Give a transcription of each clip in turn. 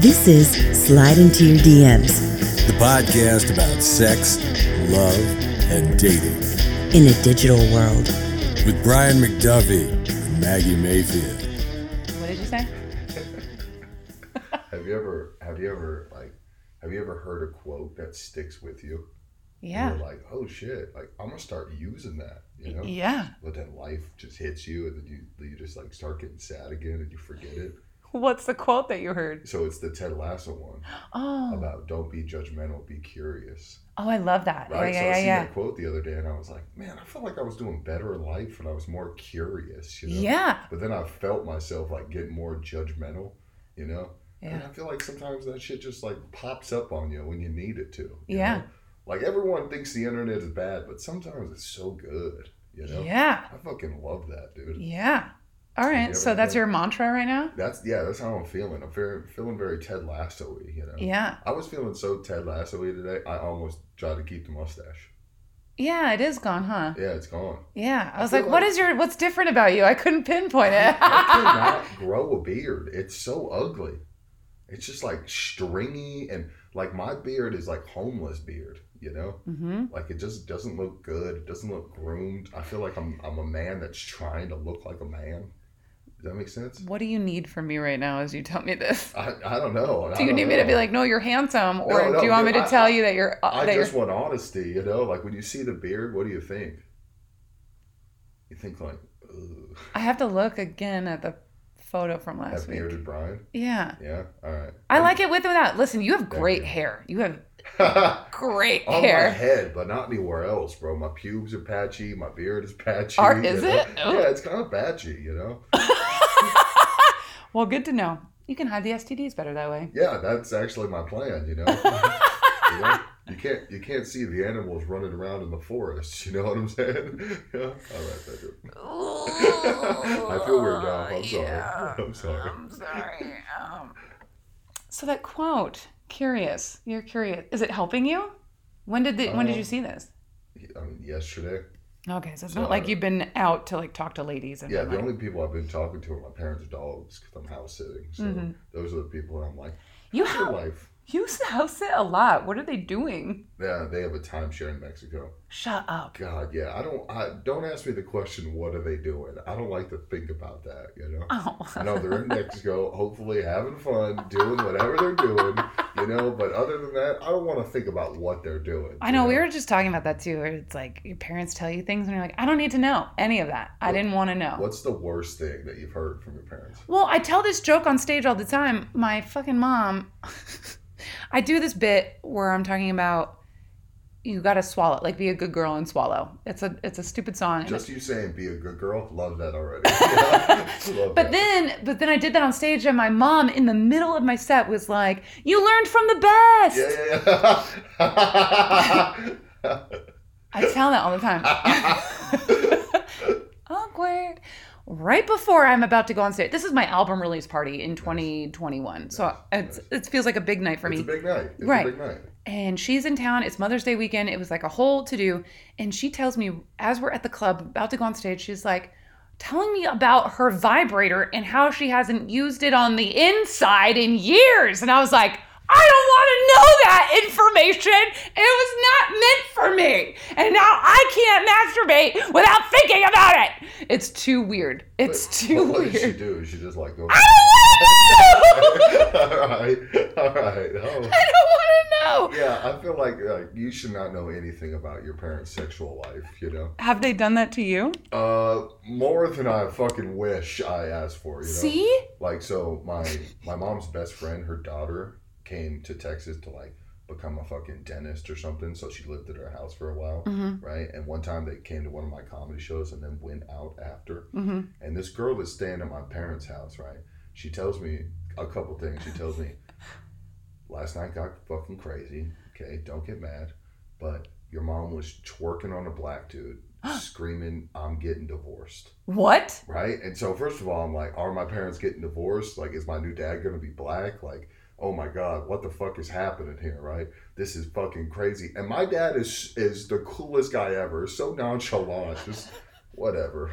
This is Slide Into Your DMs the podcast about sex, love, and dating in a Digital World. with Brian McDuffie and Maggie Mayfield. What did you say? Have you ever have you ever like have you ever heard a quote that sticks with you? Yeah. And you're like, oh shit, like I'm gonna start using that, you know? Yeah. But then life just hits you and then you you just like start getting sad again and you forget it. What's the quote that you heard? So it's the Ted Lasso one Oh. about don't be judgmental, be curious. Oh, I love that. Right? so I Yeah, yeah, seen yeah, that quote the other day and I was like, Man, I felt like I was doing better in life and I was more curious, yeah. you know? Yeah. But then I felt myself like getting more judgmental, you know? And Yeah. I feel like sometimes that shit just like pops up on you when you need it to. you Yeah. know? Like everyone thinks the internet is bad, but sometimes it's so good, you know? Yeah. I fucking love that, dude. Yeah. All You right. ever So that's heard- your mantra right now? That's yeah, that's how I'm feeling. I'm very, feeling very Ted Lasso y, you know? Yeah. I was feeling so Ted Lasso y today, I almost tried to keep the mustache. Yeah, it is gone, huh? Yeah, it's gone. Yeah. I I was feel like, what like- is your what's different about you? I couldn't pinpoint it. I cannot grow a beard. It's so ugly. It's just like stringy and like my beard is like homeless beard, you know? mm-hmm. Like it just doesn't look good. It doesn't look groomed. I feel like I'm I'm a man that's trying to look like a man. Does that make sense? What do you need from me right now as you tell me this? I, I don't know. I Do you don't need me to know. be like, no, you're handsome, or No, no, do you want me dude, to I- tell you that you're uh, I that just you're want honesty, you know? Like when you see the beard, what do you think? You think like, ooh, I have to look again at the photo from that last week. bearded Brian? Yeah. Yeah? All right. I like it with or without. Listen, you have Thank great you. hair. You have it. great on my hair. head, but not anywhere else, bro. My pubes are patchy. My beard is patchy. Are- you is know? it? Oh. Yeah, it's kind of patchy, you know. Well, good to know. You can hide the STDs better that way. Yeah, that's actually my plan, you know. you know? You can't you can't see the animals running around in the forest. You know what I'm saying? yeah. All right, Pedro. I feel weird now. I'm sorry. I'm sorry. sorry. Um, so that quote, curious. You're curious. Is it helping you? When did the, when did you Um, see this? I mean, yesterday. Okay, so it's so not like I- you've been out to like talk to ladies and Yeah, been the like, only people I've been talking to are my parents' dogs because I'm house sitting. So Mhm. those are the people that I'm like, you your house life. you house it a lot. What are they doing? Yeah, they have a timeshare in Mexico. Shut up. God, yeah. I don't. I don't ask me the question. What are they doing? I don't like to think about that. You know. Oh. No, they're in Mexico, hopefully having fun, doing whatever they're doing. You know. But other than that, I don't want to think about what they're doing. I you know we were just talking about that too. Where it's like your parents tell you things and you're like, I don't need to know any of that. I What- didn't want to know. What's the worst thing that you've heard from your parents? Well, I tell this joke on stage all the time. My fucking mom, I do this bit where I'm talking about you got to swallow, like be a good girl and swallow. It's a it's a stupid song. Just you saying, "Be a good girl." Love that already. Love but that. then, but then I did that on stage, and my mom, in the middle of my set, was like, "You learned from the best." Yeah, yeah, yeah. I tell that all the time. Awkward. Right before I'm about to go on stage, this is my album release party in 2021, so it's, it feels like a big night for me. it's a big night. It's Right. a big night. and she's in town. It's Mother's Day weekend. It was like a whole to do. And she tells me, as we're at the club, about to go on stage, she's like, telling me about her vibrator and how she hasn't used it on the inside in years. And I was like, I don't want to know that information. It was not meant for me. And now I can't masturbate without thinking about it. It's too weird. It's But- too but what did she weird. do? She just like go. I don't want to know. all right, all right. Oh. I don't want to know. Yeah, I feel like uh, you should not know anything about your parents' sexual life. You know, Have they done that to you? uh, more than I fucking wish I asked for. You know, See? like so, my my mom's best friend, her daughter came to Texas to like become a fucking dentist or something. So she lived at her house for a while, Mhm. right? And one time they came to one of my comedy shows and then went out after. Mm-hmm. And this girl that's staying at my parents' house, right? She tells me a couple things. She tells me, last night got fucking crazy. Okay, don't get mad. But your mom was twerking on a black dude, screaming, I'm getting divorced. What? Right? And so, first of all, I'm like, are my parents getting divorced? Like, is my new dad going to be black? Like, oh my God, what the fuck is happening here, right? This is fucking crazy. And my dad is is the coolest guy ever. So nonchalant. Just whatever.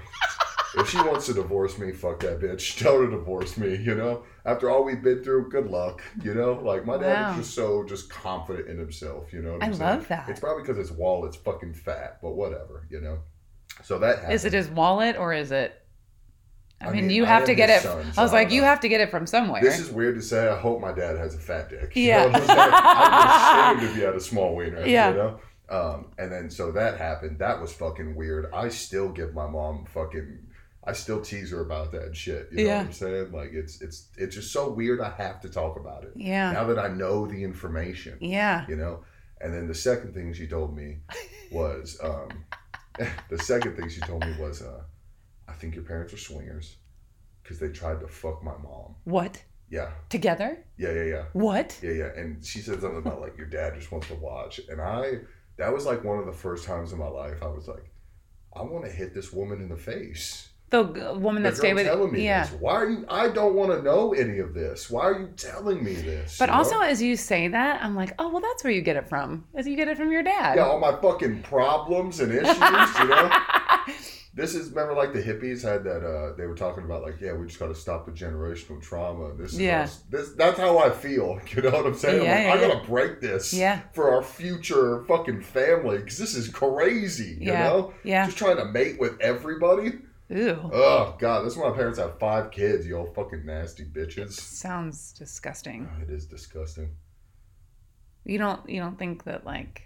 if she wants to divorce me, fuck that bitch. Tell her to divorce me, you know? After all we've been through, good luck, you know? Like, my dad Wow. is just so just confident in himself, you know what I I'm saying? love that. It's probably because his wallet's fucking fat, but whatever, you know? So that happened. Is it his wallet or is it? I, I mean, mean, you I have am to get his it. son, so I was I like, don't you know. have to get it from somewhere. This is weird to say. I hope my dad has a fat dick. Yeah. You know what I'm saying? I'm ashamed if he had a small wiener. Yeah. You know? Um, and then so that happened. That was fucking weird. I still give my mom fucking. I still tease her about that shit. You know Yeah. what I'm saying? Like it's it's it's just so weird. I have to talk about it yeah. now that I know the information. Yeah. You know. And then the second thing she told me was um, the second thing she told me was uh, I think your parents are swingers because they tried to fuck my mom. What? Yeah. Together? Yeah, yeah, yeah. What? Yeah, yeah. And she said something about like your dad just wants to watch. And I that was like one of the first times in my life I was like, I want to hit this woman in the face. The g- woman The that stayed girl with telling me Yeah. this. Why are you I don't want to know any of this. Why are you telling me this? But You know? also, as you say that, I'm like, oh, well, that's where you get it from. As you get it from your dad. Yeah, all my fucking problems and issues, you know? This is remember like the hippies had that uh they were talking about like, yeah, we just gotta stop the generational trauma. This is Yeah. us- this that's how I feel. You know what I'm saying? I'm Yeah, like, yeah, I yeah. gotta break this Yeah. for our future fucking family because this is crazy, you Yeah, know? yeah. Just trying to mate with everybody. Ooh. Oh god, that's why my parents have five kids, you all fucking nasty bitches. Sounds disgusting. God, it is disgusting. You don't you don't think that like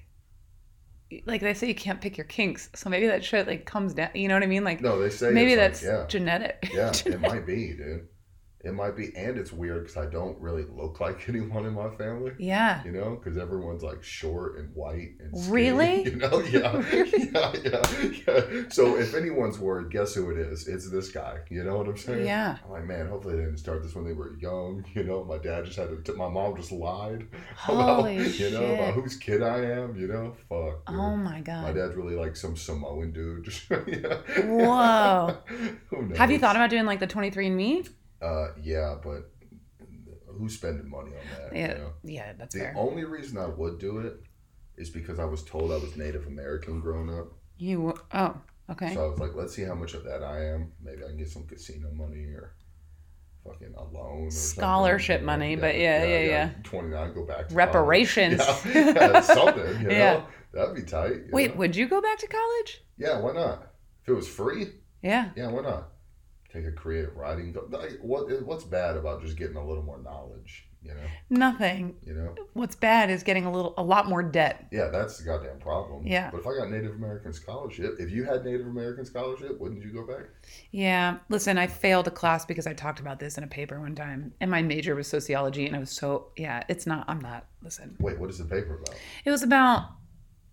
like they say you can't pick your kinks, so maybe that shit like comes down you know what I mean? Like No, they say maybe it's like, that's yeah. genetic. Yeah, it might be, dude. It might be, and it's weird because I don't really look like anyone in my family. Yeah. You know, because everyone's like short and white and skinny, Really? You know, yeah, Really? yeah, yeah, yeah. So if anyone's worried, guess who it is? It's this guy. You know what I'm saying? Yeah. I'm like, man, hopefully they didn't start this when they were young. You know, my dad just had to. my mom just lied Holy about you know about shit. whose kid I am. You know, fuck. dude. Oh my my god. dad's really like some Samoan dude. yeah. Whoa. Who knows? Have you thought about doing like the 23 and me? Uh, yeah, but who's spending money on that? you Yeah. know? Yeah, that's The fair. only reason I would do it is because I was told I was Native American growing up. You oh, okay. So uh, I was like, let's see how much of that I am. Maybe I can get some casino money or fucking a loan or something, Scholarship you know? money, but yeah, yeah, yeah. 29, go back to college. Reparations. Yeah, yeah, something, you know? Yeah. That'd be tight. you Wait, know? would you go back to college? Yeah, why not? If it was free, Yeah. yeah, why not? Take a creative writing. go- Like, what, what's bad about just getting a little more knowledge, you know? Nothing. You know? What's bad is getting a little a lot more debt. Yeah, that's the goddamn problem. Yeah. But if I got Native American scholarship, if you had Native American scholarship, wouldn't you go back? Yeah. Listen, I failed a class because I talked about this in a paper one time, and my major was sociology, and I was so yeah. It's not. I'm not. Listen, Wait, what is the paper about? it was about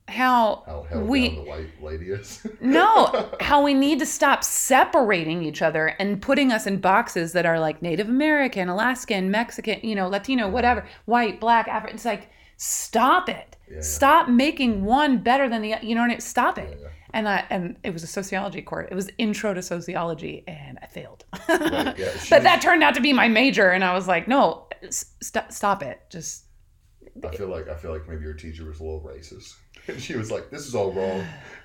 how, How held down the we white lady is? no how we need to stop separating each other and putting us in boxes that are like Native American, Alaskan, Mexican, you know, Latino, whatever, white, black, African. It's like stop it. Yeah. Stop making one better than the you know what I mean? Stop it. Yeah. And I and it was a sociology course. It was intro to sociology, and I failed. Right, yeah, she- but that turned out to be my major and i was like no st- stop it just I feel like I feel like maybe your teacher was a little racist. And she was like, This is all wrong.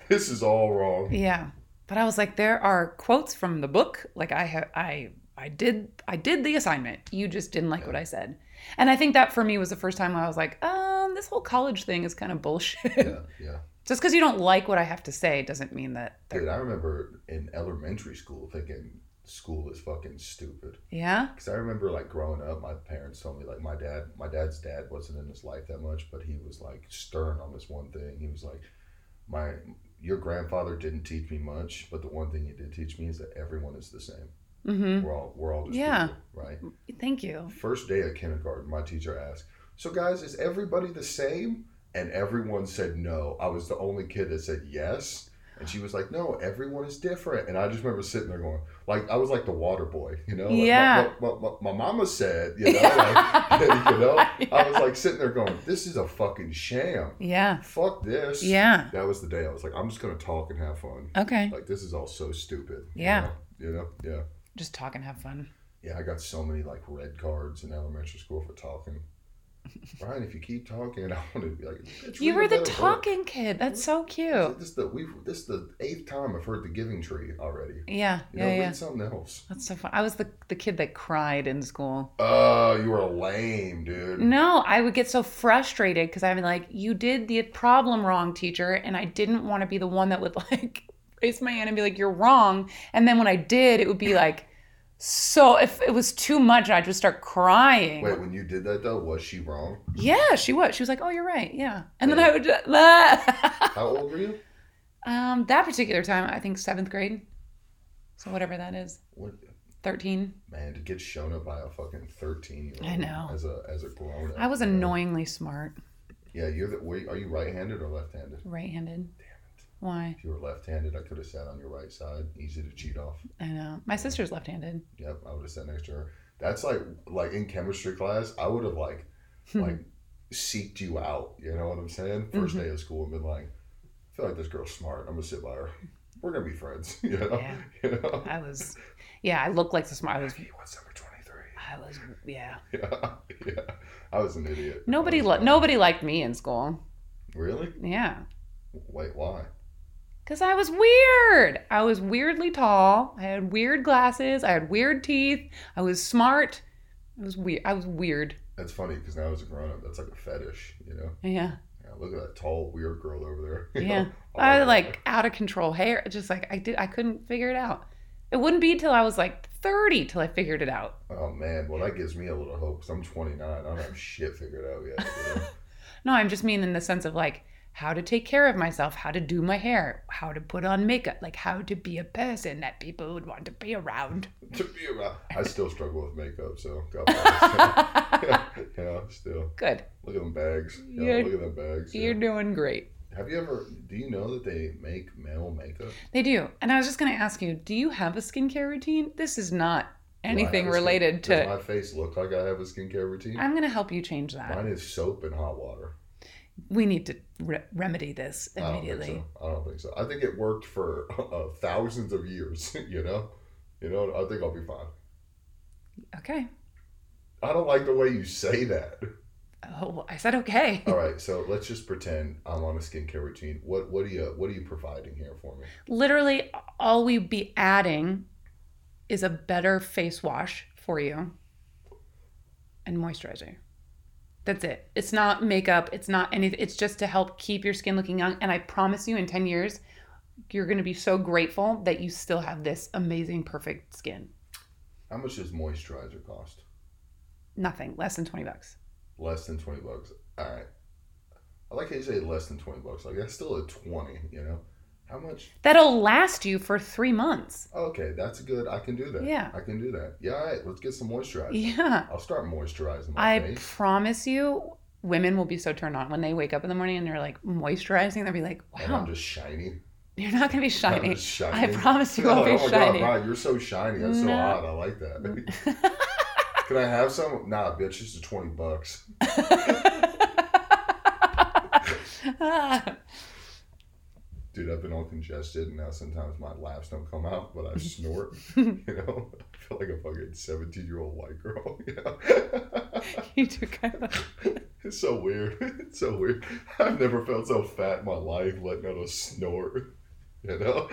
This is all wrong. yeah but i was like there are quotes from the book like i have i i did i did the assignment you just didn't like what i said and i think that for me was the first time where i was like um this whole college thing is kind of bullshit Yeah, yeah. just because you don't like what i have to say doesn't mean that they're Dude, I remember in elementary school thinking school is fucking stupid. yeah Because I remember like growing up, my parents told me like my dad, my dad's dad wasn't in his life that much, but he was like stern on this one thing. He was like, my your grandfather didn't teach me much, but the one thing he did teach me is that everyone is the same. mm-hmm We're all we're all just Yeah. people, right? thank you First day at kindergarten, my teacher asked, "So guys, is everybody the same?" And everyone said no. I was the only kid that said yes. And she was like, "No, everyone is different." And I just remember sitting there going, "Like I was like the water boy, you know?" Like, my- Yeah. My, my, my, my mama said, you know, like, you know, I was like sitting there going, "This is a fucking sham. yeah Fuck this." yeah That was the day I was like, "I'm just gonna talk and have fun." okay Like this is all so stupid. you Yeah. know? You know. Yeah. just talk and have fun Yeah, I got so many like red cards in elementary school for talking. Brian, if you keep talking, I want to be like, "Bitch, You read were the about it." talking kid. That's so This is- cute. This is the we this is the eighth time I've heard the Giving Tree already. Yeah, You know, yeah, read yeah. something else. That's so fun. I was the, the kid that cried in school. Oh, you are lame, dude. No, I would get so frustrated because I'd be like, you did the problem wrong, teacher. And I didn't want to be the one that would like raise my hand and be like, you're wrong. And then when I did, it would be like, so if it was too much, I'd just start crying. Wait, when you did that though, was she wrong? Yeah, she was. She was like, oh, you're right. Yeah. And then Yeah. I would just, How old were you? um, that particular time, I think seventh grade. So whatever that is, What 13. man to get shown up by a fucking thirteen year old? I know. As a as a grown up. I was annoyingly smart, Yeah, you're the. Were you, are you right handed or left handed? right handed. Damn it. Why? If you were left handed, I could have sat on your right side. Easy to cheat off. I know. My sister's left handed. Yep, I would have sat next to her. That's like like in chemistry class, I would have like Hmm. like seeked you out. You know what I'm saying? 1st Mm-hmm. day of school and been like, I feel like this girl's smart. I'm gonna sit by her. We're gonna be friends. You know? Yeah. You know? I was, yeah, I looked like the smart. I was, He wants number twenty three. I was, yeah. Yeah. Yeah. I was an idiot. Nobody, I li- was- nobody liked me in school. Really? Yeah, Wait, why? because I was weird. I was weirdly tall. I had weird glasses. I had weird teeth. I was smart. It was weird. I was weird. That's funny because now as a grown up, that's like a fetish, you know? Yeah, Yeah, look at that tall, weird girl over there. you yeah. know? I her. had, like out of control hair. Just like I did, I couldn't figure it out. It wouldn't be till I was like thirty till I figured it out. Oh man, well that gives me a little hope because I'm 29. I don't have shit figured out yet. you know? No, I'm just mean in the sense of like how to take care of myself, how to do my hair, how to put on makeup, like how to be a person that people would want to be around. to be around, I still struggle with makeup, so go. you know, still Good. look at them bags. You know, You're- look at them bags. yeah. You're doing great. Have you ever? Do you know that they make male makeup? They do. And I was just going to ask you, do you have a skincare routine? This is not Do I have anything a skin- related does to. my face look like I have a skincare routine? I'm going to help you change that. Mine is soap and hot water. We need to re- remedy this I don't think immediately. so. I don't think so. I think it worked for uh, thousands of years. You know, you know. I think I'll be fine. Okay. I don't like the way you say that. Oh, well, I said okay. All right, so let's just pretend I'm on a skincare routine. What what are you what are you providing here for me? Literally, all we'd be adding is a better face wash for you and moisturizer. That's it. It's not makeup. It's not anything. It's just to help keep your skin looking young. And I promise you, in 10 years, you're going to be so grateful that you still have this amazing, perfect skin. How much does moisturizer cost? Nothing less than 20 bucks. Less than twenty bucks. All right. I like how you say less than twenty bucks. Like that's still a twenty. You know, how much? That'll last you for three months. Okay, that's good. I can do that. Yeah. I can do that. Yeah. All right, let's get some moisturizer. Yeah. I'll start moisturizing my I face. promise you, women will be so turned on when they wake up in the morning and they're like moisturizing. They'll be like, And wow, I'm just shiny. You're not gonna be shiny. I'm just shiny. I promise you No, won't be oh my shiny. God, Ryan, you're so shiny. That's so No. hot. I like that. Can I have some? Nah, bitch. It's a twenty bucks. Ah. dude, I've been all congested, and now sometimes my laughs don't come out, but I snort. you know, I feel like a fucking seventeen-year-old white girl. You know, you do kind of. it's so weird. It's so weird. I've never felt so fat in my life, letting out a snort. You know,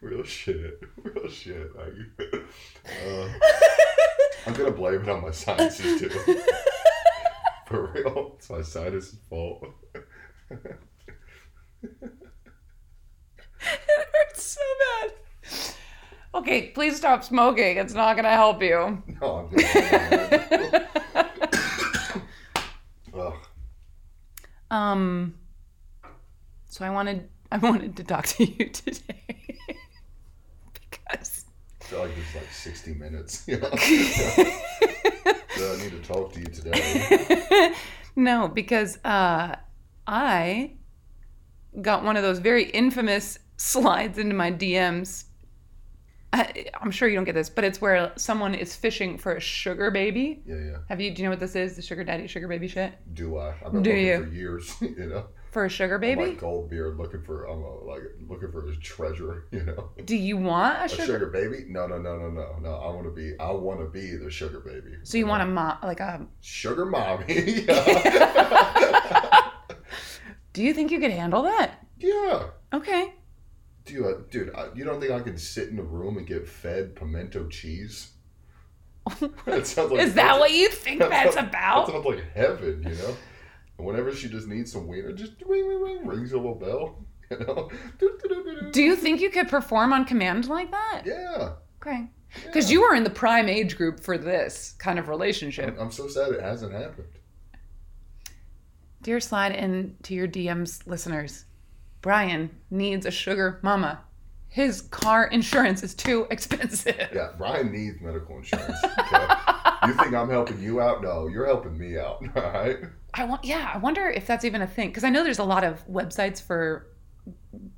real shit. Real shit. Like, uh, I'm gonna blame it on my sinuses too. For real, it's my sinus' fault. it hurts so bad. Okay, please stop smoking. It's not gonna help you. No, I'm good. Ugh. Um. So I wanted I wanted to talk to you today because I feel like it's like 60 minutes. You know? Yeah, I need to talk to you today. no because uh I got one of those very infamous slides into my DMs I, I'm sure you don't get this, but it's where someone is fishing for a sugar baby. Yeah, yeah. Have you? Do you know what this is? The sugar daddy, sugar baby shit Do I? I've been Do looking you? for years, you know. for a sugar I'm baby. like Goldbeard looking for, I'm uh, like looking for his treasure, you know. do you want a A sugar? sugar baby? No, no, no, no, no, no. I want to be, I want to be the sugar baby. So you want a mom? Like a? sugar mommy? yeah. Do you think you could handle that? yeah. Okay. Dude, I, dude, I, you don't think I can sit in a room and get fed pimento cheese? that sounds like Is that what you think that's That about? sounds like heaven, you know. And whenever she just needs some wiener, just ring, ring, ring, rings a little bell, you know. Do, do, do, do, Do you think you could perform on command like that? Yeah, Okay. Because you were in the prime age group for this kind of relationship. I'm so sad it hasn't happened. Dear slide in to your DMs listeners. Brian needs a sugar mama. His car insurance is too expensive. Yeah, Brian needs medical insurance. Okay? you think I'm helping you out? No, you're helping me out. All right. I want yeah, I wonder if that's even a thing cuz I know there's a lot of websites for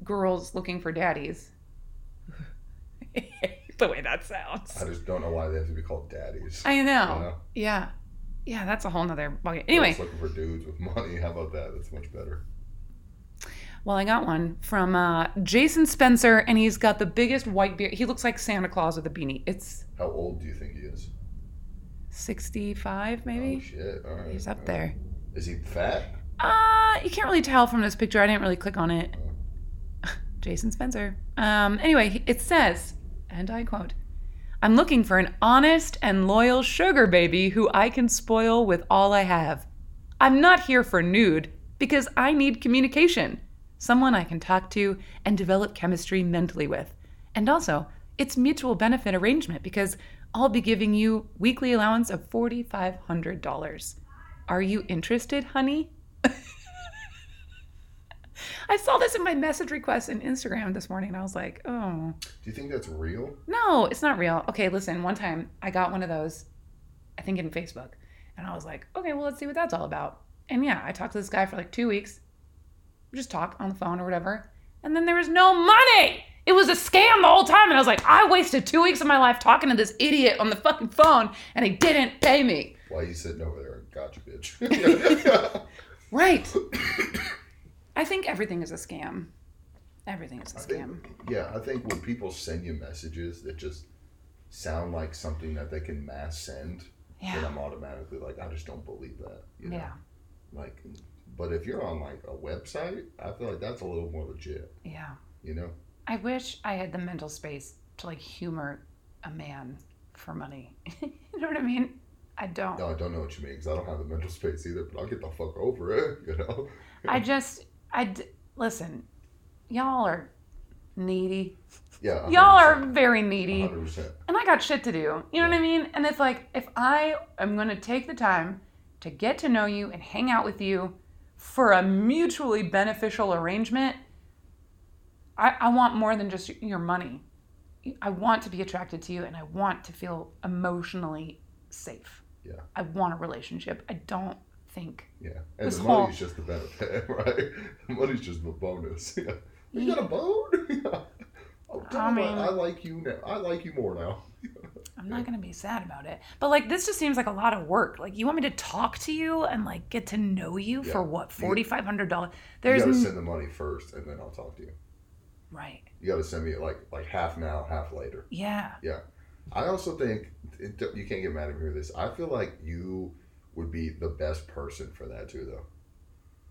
girls looking for daddies. the way that sounds. I just don't know why they have to be called daddies. I You know. know? Yeah. Yeah, that's a whole nother bucket. Anyway, Just looking for dudes with money. How about that? That's much better. Well, I got one from uh, Jason Spencer, and he's got the biggest white beard. He looks like Santa Claus with a beanie. It's How old do you think he is? 65, Oh maybe? shit! All right. he's all up right. there. Is he fat? Uh, you can't really tell from this picture. I didn't really click on it. Jason Spencer. Um, anyway, he- it says, and I quote, I'm looking for an honest and loyal sugar baby who I can spoil with all I have. I'm not here for nude because I need communication, someone I can talk to and develop chemistry mentally with. And also, it's mutual benefit arrangement because I'll be giving you weekly allowance of $4500. Are you interested, honey? I saw this in my message request in Instagram this morning and I was like, "Oh, Do you think that's real? no, it's not real. Okay, listen, one time I got one of those, I think in Facebook, and I was like, okay, well, let's see what that's all about. And yeah, I talked to this guy for like two weeks, We just talk on the phone or whatever. And then there was no money. It was a scam the whole time. And I was like, I wasted two weeks of my life talking to this idiot on the fucking phone, and he didn't pay me. Why you sitting over there? Gotcha, bitch. Right. I think everything is a scam. Everything is a scam. yeah, I think when people send you messages that just sound like something that they can mass send, then Yeah. I'm automatically like, I just don't believe that. You know? Yeah. Like, but if you're on like a website, I feel like that's a little more legit. Yeah. You know? I wish I had the mental space to like humor a man for money. you know what I mean? I don't. No, I don't know what you mean because I don't have the mental space either. But I'll get the fuck over it. You know? I just, I d- listen. Y'all are needy. Yeah. Y'all are very needy, Hundred percent. and I got shit to do. You know what I mean? And it's like if I am going to take the time to get to know you and hang out with you for a mutually beneficial arrangement, I, I want more than just your money. I want to be attracted to you and I want to feel emotionally safe. Yeah. I want a relationship. I don't think. Yeah. And This the whole- money's just the benefit, right? The money's just the bonus. Yeah. You got a boat? oh, damn, I, mean- I like you now. I like you more now. I'm not going to be sad about it. But like this just seems like a lot of work. Like you want me to talk to you and like get to know you Yeah. for what? $4500. You There's gotta n- send the money first, and then I'll talk to you. right. You gotta send me like like half now, half later. Yeah. Yeah. I also think it, don't- you can't get mad at me for this. I feel like you would be the best person for that too, though.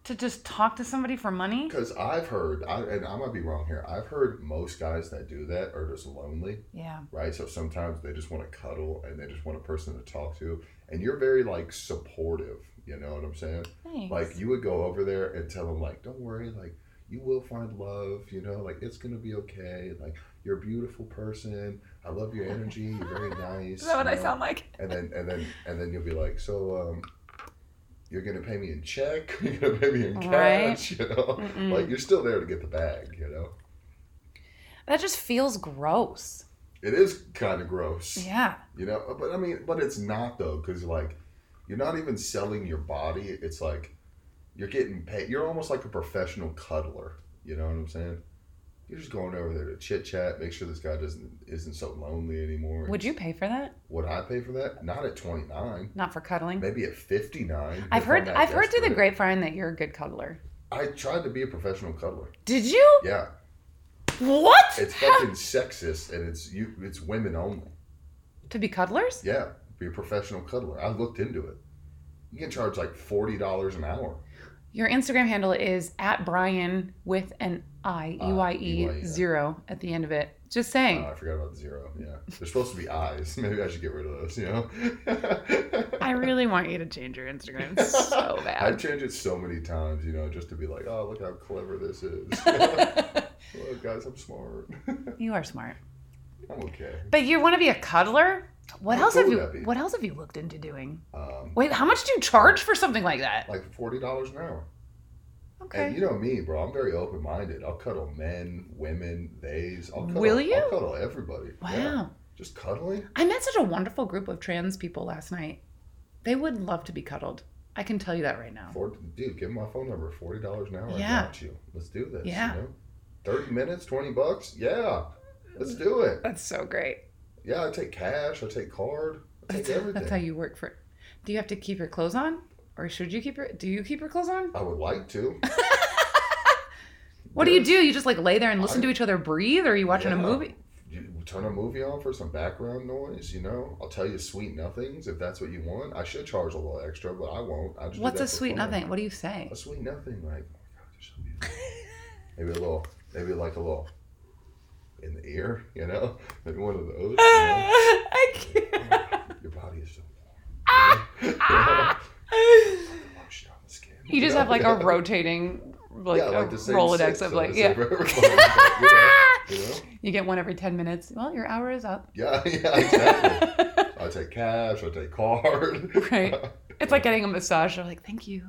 To just talk to somebody for money? Because I've heard, I, and I might be wrong here. I've heard most guys that do that are just lonely. Yeah. right? So sometimes they just want to cuddle and they just want a person to talk to. And you're very like supportive, you know what I'm saying? Thanks. Like you would go over there and tell them like, "Don't worry, like you will find love, you know, like it's going to be okay. Like you're a beautiful person. I love your energy. You're very nice." Is that what you I know? sound like? And then and then and then you'll be like, "So um you're gonna pay me in check. You're gonna pay me in cash. You know, like you're still there to get the bag. You know, That just feels gross. it is kind of gross. Yeah. You know, but I mean, but it's not though, because like, you're not even selling your body. It's like, you're getting paid. You're almost like a professional cuddler. You know what I'm saying? You're just going over there to chit chat, make sure this guy doesn't isn't so lonely anymore. Would you pay for that? Would I pay for that? Not at 29. Not for cuddling. Maybe at 59. I've if heard I'm not I've heard through the desperate. grapevine that you're a good cuddler. I tried to be a professional cuddler. Did you? Yeah, What? it's fucking sexist, and it's you. It's women only. to be cuddlers? Yeah, be a professional cuddler. I looked into it. You can charge like forty dollars an hour. Your Instagram handle is at Brian with an I Uh, E Y EYE. E zero at the end of it. Just saying. Oh, I forgot about the zero. Yeah, they're supposed to be eyes. Maybe I should get rid of those. You know, I really want you to change your Instagram so I've bad. changed it so many times. You know, just to be like, oh, look how clever this is. look, guys, I'm smart. You are smart. I'm okay. But you want to be a cuddler? What How else cool have would you that be? what else have you looked into doing? Um, Wait, how much do you charge for something like that? like forty dollars an hour. And Okay. you know me, bro. I'm very open minded. I'll cuddle men, women, theys. I'll cuddle, Will you? I'll cuddle everybody. Wow. Yeah. Just cuddling? I met such a wonderful group of trans people last night. They would love to be cuddled. I can tell you that right now. For, dude, give 'em my phone number. Forty dollars an hour. I Yeah. got you. Let's do this. Yeah. You know? Thirty minutes, twenty bucks. Yeah. Let's do it. That's so great. Yeah, I take cash. I take card. I take That's, everything. that's how you work for. Do you have to keep your clothes on, or should you keep your? Do you keep your clothes on? I would like to. What do you do? You just like lay there and listen I- to each other breathe, or are you watching Yeah. a movie? You turn a movie on for some background noise. You know, I'll tell you sweet nothings if that's what you want. I should charge a little extra, but I won't. I just do What's that a for sweet fun. nothing? What do you say? a sweet nothing. Like, oh my god, you're so beautiful. maybe a little, maybe like a little in the ear, you know, maybe one of those. You know? I can't. Your body is so warm. you know? Lotion on the skin. You just know? have like a rotating, like, Yeah, a like the same Rolodex six of the like, same yeah. rubber band, but, you know, you know? You get one every ten minutes. Well, your hour is up. Yeah, yeah, exactly. I take cash. I take card. Right. It's like getting a massage. They're like, thank you.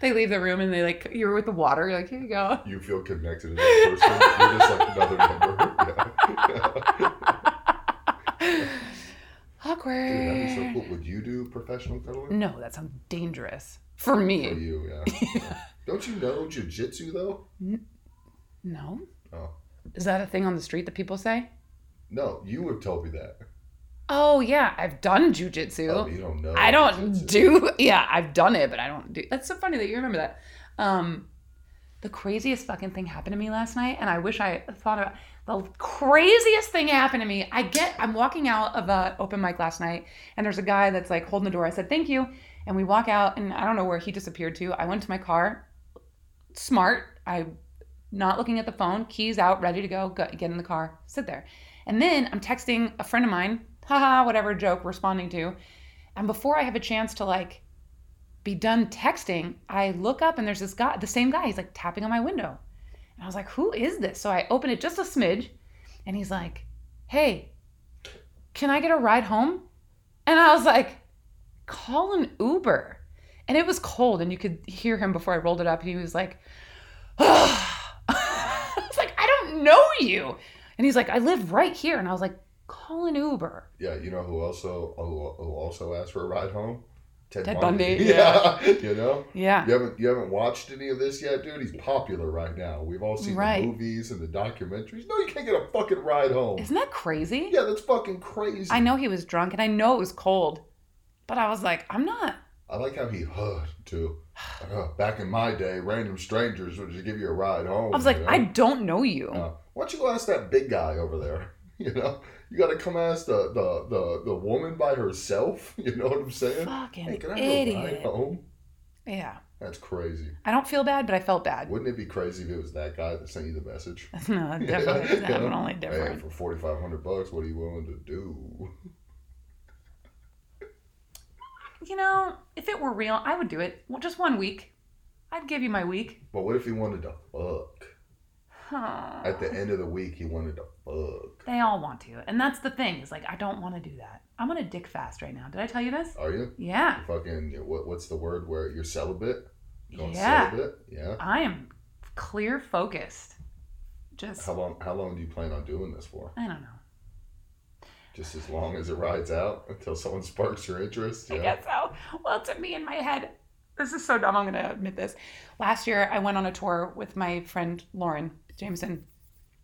they leave the room and they like, you're with the water. You're like, here you go. You feel connected to that person. but You're just like another number. Yeah. Awkward. Dude, that'd be so cool. Would you do professional cuddling? No, that sounds dangerous for For me. you, yeah. Don't you know jujitsu though? No. Oh. Is that a thing on the street that people say? No, you have told me that. Oh yeah, I've done Oh, jujitsu. you don't know. I don't jujitsu. do. Yeah, I've done it, but I don't do. That's so funny that you remember that. Um, the craziest fucking thing happened to me last night, and I wish I thought about the craziest thing happened to me. I get. I'm walking out of a open mic last night, and there's a guy that's like holding the door. I said thank you, and we walk out, and I don't know where he disappeared to. I went to my car. Smart. I not looking at the phone, keys out, ready to go, go get in the car, sit there. And then I'm texting a friend of mine, haha, whatever joke, responding to. And before I have a chance to like be done texting, I look up and there's this guy, the same guy, he's like tapping on my window. And I was like, who is this? So I open it just a smidge and he's like, hey, can I get a ride home? And I was like, call an Uber. And it was cold and you could hear him before I rolled it up. He was like, I was like, I don't know you. And he's like, I live right here. And I was like, call an Uber. Yeah, you know who also who who also asked for a ride home? Ted Bundy, Yeah. you know. Yeah. You haven't you haven't watched any of this yet, dude. He's popular right now. We've all seen Right. the movies and the documentaries. No, you can't get a fucking ride home. Isn't that crazy? yeah, that's fucking crazy. I know he was drunk and I know it was cold, but I was like, I'm not. I like how he huh too. Like, "Huh, back in my day, random strangers would just give you a ride home. I was you like, know? I don't know you. Uh, why don't you go ask that big guy over there? You know, you got to come ask the, the the the woman by herself. You know what I'm saying? Fucking Hey, can I Oh. go ride idiot. home? Yeah. That's crazy. I don't feel bad, but I felt bad. Wouldn't it be crazy if it was that guy that sent you the message? no, definitely. Yeah. That would only Hey, different. for forty five hundred bucks, what are you willing to do? You know, if it were real, I would do it. Well, just one week. I'd give you my week. But what if he wanted to fuck? Huh. At the end of the week, he wanted to fuck. They all want to. And that's the thing is like, I don't want to do that. I'm on a dick fast right now. Did I tell you this? Are you? Yeah. Fucking what? What's the word where you're celibate? Going Yeah. celibate? Yeah. I am clear focused. Just, How long? How long do you plan on doing this for? I don't know. Just as long as it rides out until someone sparks your interest. I Yeah. guess so. Well, to me in my head, this is so dumb. I'm going to admit this. Last year, I went on a tour with my friend Lauren Jameson,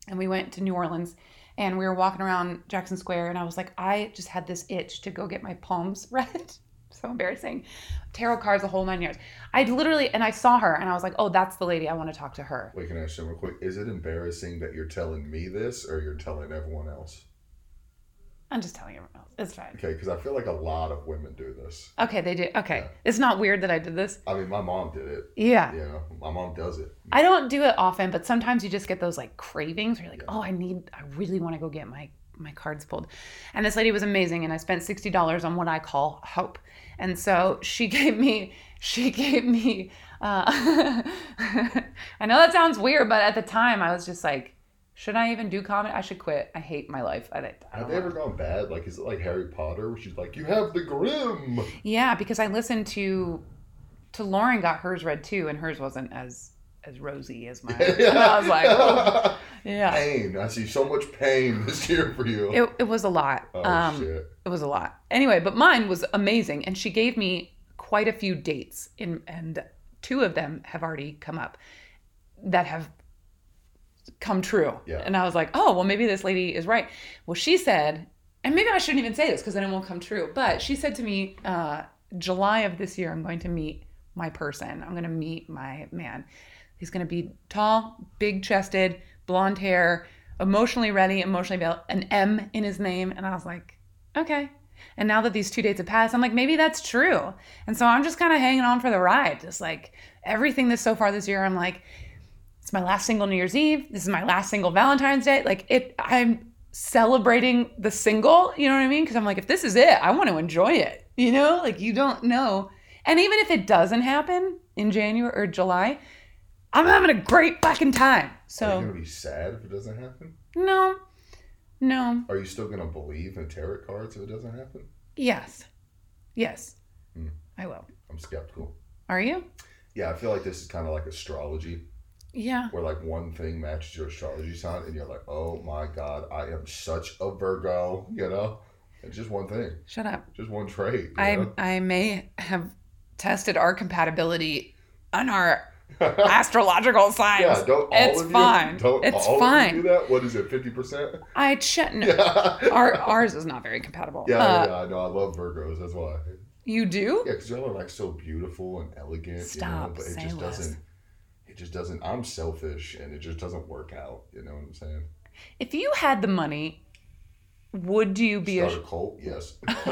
and we went to New Orleans and we were walking around Jackson Square and I was like, I just had this itch to go get my palms read. so embarrassing. Tarot cards, the whole nine yards. I literally, and I saw her and I was like, oh, that's the lady. I want to talk to her. Wait, can I ask you real quick? Is it embarrassing that you're telling me this or you're telling everyone else? I'm just telling everyone else. It's fine. Okay, because I feel like a lot of women do this. Okay, they do. Okay. Yeah. It's not weird that I did this. I mean, my mom did it. Yeah. You know, my mom does it. I don't do it often, but sometimes you just get those like cravings where you're like, oh, I need, I really want to go get my my cards pulled. And this lady was amazing, and I spent sixty dollars on what I call hope. And so she gave me, she gave me. Uh, I know that sounds weird, but at the time I was just like, should I even do comedy? I should quit. I hate my life. I, I don't Have they wanna- ever gone bad? Like, is it like Harry Potter, where she's like, "You have the Grim"? Yeah, because I listened to to Lauren got hers read too, and hers wasn't as as rosy as mine. And I was like, oh, yeah. pain. I see so much pain this year for you. It, it was a lot. oh um, shit! It was a lot. Anyway, but mine was amazing, and she gave me quite a few dates, in, and two of them have already come up that have come true. Yeah. And I was like, oh, well, maybe this lady is right. Well, she said, and maybe I shouldn't even say this because then it won't come true, but she said to me, uh, July of this year, I'm going to meet my person. I'm going to meet my man. He's going to be tall, big chested, blonde hair, emotionally ready, emotionally available, an M in his name. And I was like, okay. And now that these two dates have passed, I'm like, maybe that's true. And so I'm just kind of hanging on for the ride. Just like everything this so far this year, I'm like, it's my last single New Year's Eve. This is my last single Valentine's Day. Like it, I'm celebrating the single. You know what I mean? Because I'm like, if this is it, I want to enjoy it. You know, like you don't know. And even if it doesn't happen in January or July, I'm having a great fucking time. Are you So gonna be sad if it doesn't happen? no, no, Are you still gonna believe in tarot cards if it doesn't happen? yes, yes, Hmm. I will. I'm skeptical. Are you? Yeah, I feel like this is kind of like astrology, Yeah. where like one thing matches your astrology sign, and you're like, "Oh my god, I am such a Virgo," you know. It's just one thing, Shut up. just one trait. You I know? I may have tested our compatibility on our astrological signs. yeah, don't all it's of you, fine. Don't it's all fine. Of you do that? What is it? Fifty percent? I check. No, Yeah. our ours is not very compatible. Yeah, Uh, yeah, I know. I love Virgos. That's why. You do? Yeah, because y'all are like so beautiful and elegant. Stop, you know, but it say just less. doesn't. It just doesn't. I'm selfish, and it just doesn't work out. You know what I'm saying? If you had the money, would you be a Start a cult? Yes.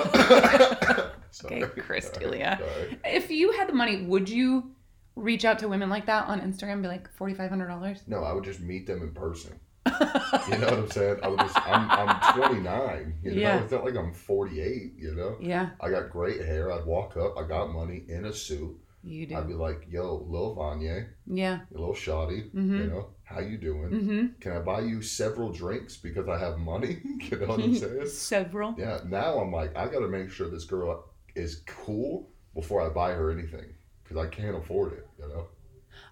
Sorry. okay, Christelia? Sorry. If you had the money, would you reach out to women like that on Instagram and be like forty five hundred dollars? No, I would just meet them in person. you know what I'm saying? I would just. I'm, I'm 29. You know, Yeah. it's not like I'm 48. You know, Yeah, I got great hair. I'd walk up. I got money in a suit. you I'd do. be like, "Yo, Lil Vanya, Yeah. you little shoddy. Mhm. You know, how you doing? Mm-hmm. Can I buy you several drinks because I have money? you know what I'm saying? Several. Yeah, now I'm like, I gotta make sure this girl is cool before I buy her anything because I can't afford it. You know,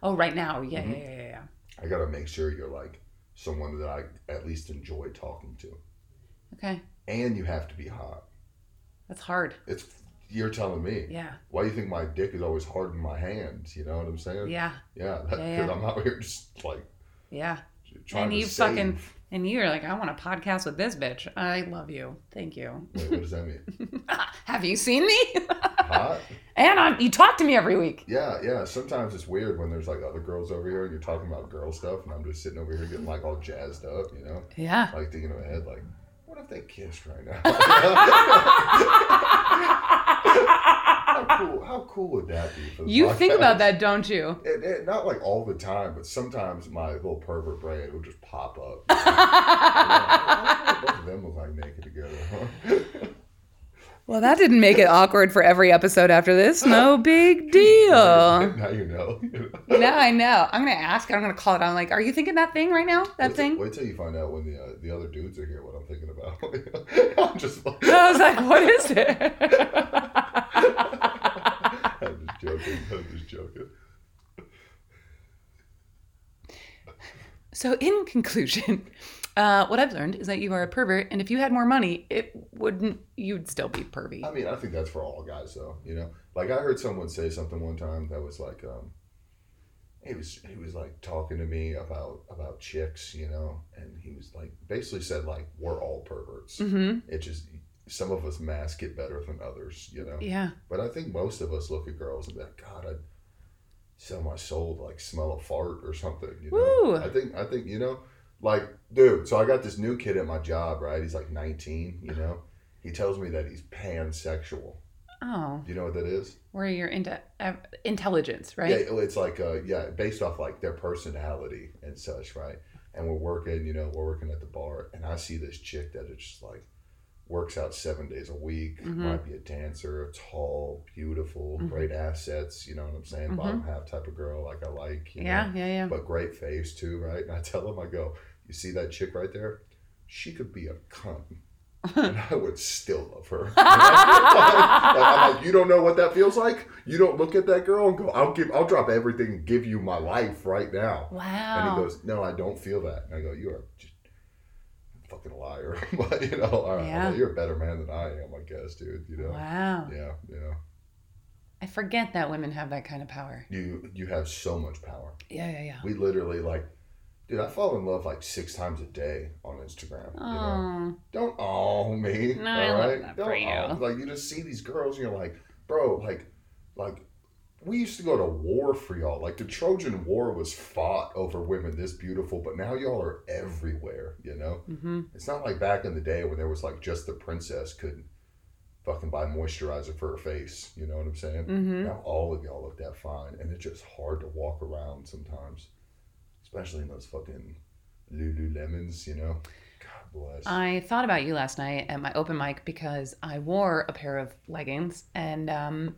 Oh, right now. Yeah, Mhm. yeah, yeah, yeah, yeah. I gotta make sure you're like someone that I at least enjoy talking to, Okay, and you have to be hot. that's hard. It's you're telling me. Yeah, Why do you think my dick is always hard in my hands? You know what I'm saying? yeah, yeah. Because Yeah, yeah. I'm out here just like yeah. trying and to you save. fucking and you're like, I want a podcast with this bitch. I love you. Thank you. Wait, what does that mean? Have you seen me? Hot? and I'm, you talk to me every week. Yeah, yeah. Sometimes it's weird when there's like other girls over here and you're talking about girl stuff, and I'm just sitting over here getting like all jazzed up, you know, Yeah. like thinking in my head like, what if they kissed right now? how cool? How cool would that be? For the You think podcast? about that, don't you? It, it- not like all the time, but sometimes my little pervert brain would just pop up. I wonder what both of them look like naked together. huh? Well, that didn't make it awkward for every episode after this. No big deal. now you know. now I know. I'm going to ask. I'm going to call it. I'm like, are you thinking that thing right now? That wait, thing? Wait till you find out when the uh, the other dudes are here what I'm thinking about. I'm just like. I was like, what is it? I'm just joking. I'm just joking. so, in conclusion, uh, what I've learned is that you are a pervert, and if you had more money, it wouldn't, you'd still be pervy. I mean, I think that's for all guys, though. You know, like I heard someone say something one time that was like, um, he was he was like talking to me about about chicks, you know, and he was like basically said like we're all perverts. Mm-hmm. It just some of us mask it better than others, you know. Yeah. But I think most of us look at girls and be like, God, I'd sell my soul to like smell a fart or something. You know, Woo. I think I think you know, like dude. So I got this new kid at my job, right? He's like 19. You know, he tells me that he's pansexual. Oh, Do you know what that is? where you're into uh, intelligence, right? Yeah, it's like uh, yeah, based off like their personality and such, right? And we're working, you know, we're working at the bar, and I see this chick that is just like works out seven days a week, Mhm. might be a dancer, tall, beautiful, Mhm. great assets, you know what I'm saying? Bottom half type of girl, like I like, you Mm-hmm. Yeah, know, yeah, yeah. but great face too, right? And I tell him, I go, you see that chick right there? She could be a cunt. and I would still love her. I'm like, you don't know what that feels like. You don't look at that girl and go, "I'll give, I'll drop everything and give you my life right now." And Wow. he goes, "No, I don't feel that." And I go, "You are just a fucking liar." but you know, all right, Yeah. well, you're a better man than I am, I guess, dude. You know, wow. yeah, yeah. I forget that women have that kind of power. You you have so much power. Yeah, yeah, yeah. We literally like, dude, I fall in love like six times a day on Instagram. Oh, You know? Don't all me. No, I all love right? that Don't for you. aw. Like you just see these girls and you're like, bro, like like we used to go to war for y'all. Like the Trojan War was fought over women this beautiful, but now y'all are everywhere, you know? mm-hmm. It's not like back in the day when there was like just the princess could fucking buy moisturizer for her face. You know what I'm saying? Mhm. Now all of y'all look that fine, and it's just hard to walk around sometimes, especially in those fucking Lululemons. You know? God bless. I thought about you last night at my open mic because I wore a pair of leggings and um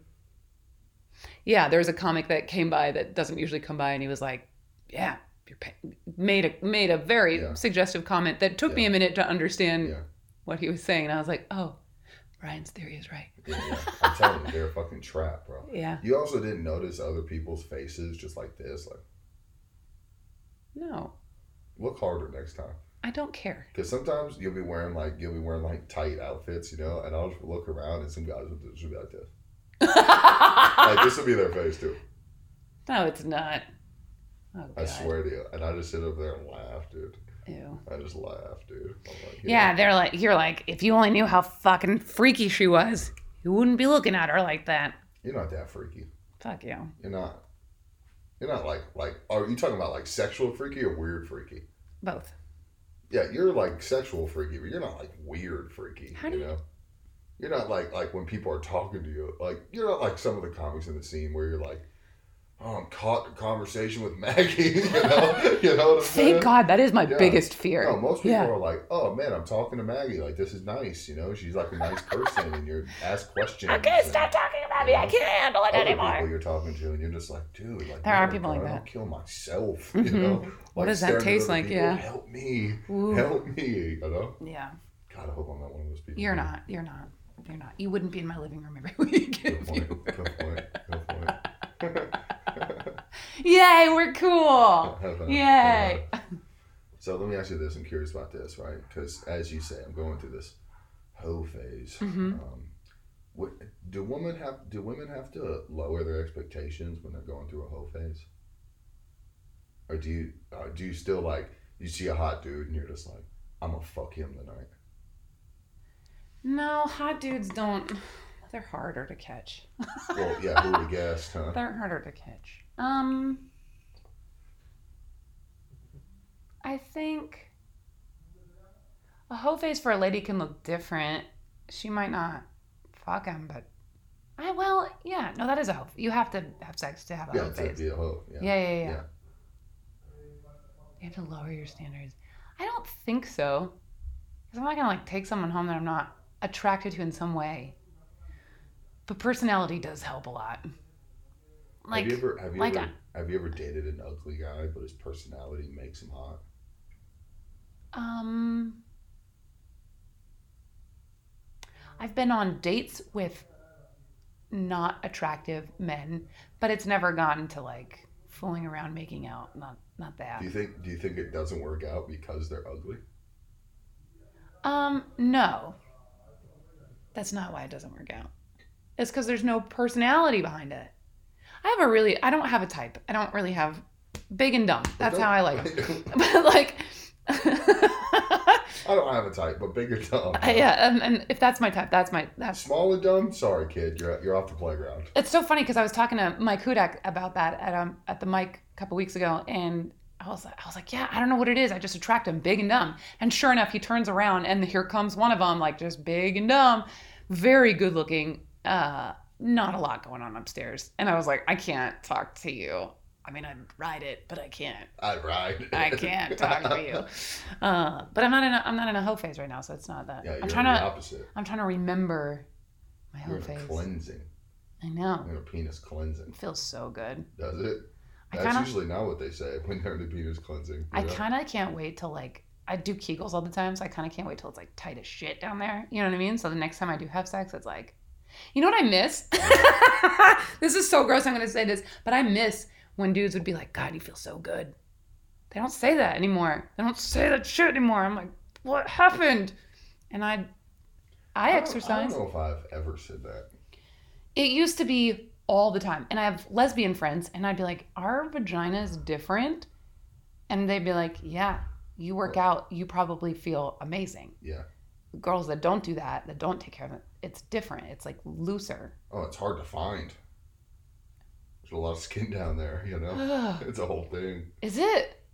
yeah, there was a comic that came by that doesn't usually come by and he was like, "Yeah, your pa- made a made a very Yeah. suggestive comment that took me Yeah. a minute to understand Yeah. what he was saying." And I was like, "Oh, Ryan's theory is right." yeah, yeah. I'm telling you, they're a fucking trap, bro. Yeah. You also didn't notice other people's faces just like this. Like, No, look harder next time. I don't care. Because sometimes you'll be wearing like you'll be wearing like tight outfits, you know, and I'll just look around and some guys will just be like this. like this will be their face too. No, it's not. Oh, I God. swear to you. And I just sit up there and laugh, dude. Ew. I just laugh, dude. I'm like, you Yeah, know, they're like, you're like, if you only knew how fucking freaky she was, you wouldn't be looking at her like that. You're not that freaky. Fuck you. You're not. You're not like like are you talking about like sexual freaky or weird freaky? Both. Yeah, you're like sexual freaky, but you're not like weird freaky. How do you you- know? You're not like like when people are talking to you, like you're not like some of the comics in the scene where you're like, Oh, I'm caught in conversation with Maggie, you know. you know what I'm saying? Thank God, that is my Uh, Yeah. biggest fear. No, most people Yeah. are like, "Oh man, I'm talking to Maggie. Like this is nice, you know. She's like a nice person, and you're asked questions. I can't stop talking about me. I can't handle it anymore." People you're talking to, and you're just like, "Dude, like There are no, people bro, like I don't that. kill myself, Mhm. you know. What Like, does that staring at taste other like? people, Yeah. help me, Ooh. help me. You know. Yeah. God, I hope I'm not one of those people. You're not. You're not. You're not. You wouldn't be in my living room every week. Good If point. you... Good point. Good point. Yay, we're cool. Have fun. Yay. So let me ask you this. I'm curious about this, right? Because as you say, I'm going through this hoe phase. Mhm. Um, what, do women have do women have to lower their expectations when they're going through a hoe phase? Or do you uh, do you still like you see a hot dude and you're just like I'm gonna fuck him tonight? No, hot dudes don't. They're harder to catch. Well, yeah, who would have guessed, huh? They're harder to catch. Um, I think a hoe face for a lady can look different. She might not fuck him, but I well, yeah, no, that is a hoe. You have to have sex to have a Yeah, hoe to face. be a hoe. Yeah. Yeah, yeah, yeah, Yeah. You have to lower your standards. I don't think so, because I'm not gonna like take someone home that I'm not attracted to in some way. But personality does help a lot. Like, have you ever have you like ever have you ever dated an ugly guy but his personality makes him hot? Um, I've been on dates with not attractive men, but it's never gotten to like fooling around, making out. Not not that. Do you think do you think it doesn't work out because they're ugly? Um, no. That's not why it doesn't work out. It's because there's no personality behind it. I have a really, I don't have a type. I don't really have big and dumb. That's how I like it. I But like, don't have a type, but big or dumb. yeah, and, and if that's my type, that's my that's Small and dumb. Sorry, kid. You're you're off the playground. It's so funny because I was talking to Mike Hudak about that at um at the mic a couple weeks ago, and I was I was like, yeah, I don't know what it is. I just attract him big and dumb, and sure enough, he turns around and here comes one of them, like just big and dumb, very good looking. Uh, not a lot going on upstairs, and I was like, I can't talk to you. I mean, I'd ride it, but I can't. I ride. I can't talk to you. Uh, but I'm not in a I'm not in a hoe phase right now, so it's not that. Yeah, you're I'm trying the to opposite. I'm trying to remember my hoe You're in a phase. cleansing. I know. You're in a penis cleansing. feels so good. Does it? I That's kinda- usually not what they say when they're in a penis cleansing. you I know? kind of can't wait till like I do Kegels all the time, so I kind of can't wait till it's like tight as shit down there. You know what I mean? So the next time I do have sex, it's like, you know what I miss? this is so gross. I'm gonna say this, but I miss when dudes would be like, "God, you feel so good." They don't say that anymore. They don't say that shit anymore. I'm like, what happened? And I, I, I don't- exercise. I don't know if I've ever said that. It used to be all the time. And I have lesbian friends, and I'd be like, Our vagina's different. And they'd be like, Yeah, you work out, you probably feel amazing. Yeah. Girls that don't do that, that don't take care of it, it's different. It's like looser. Oh, it's hard to find. There's a lot of skin down there, you know? it's a whole thing. Is it?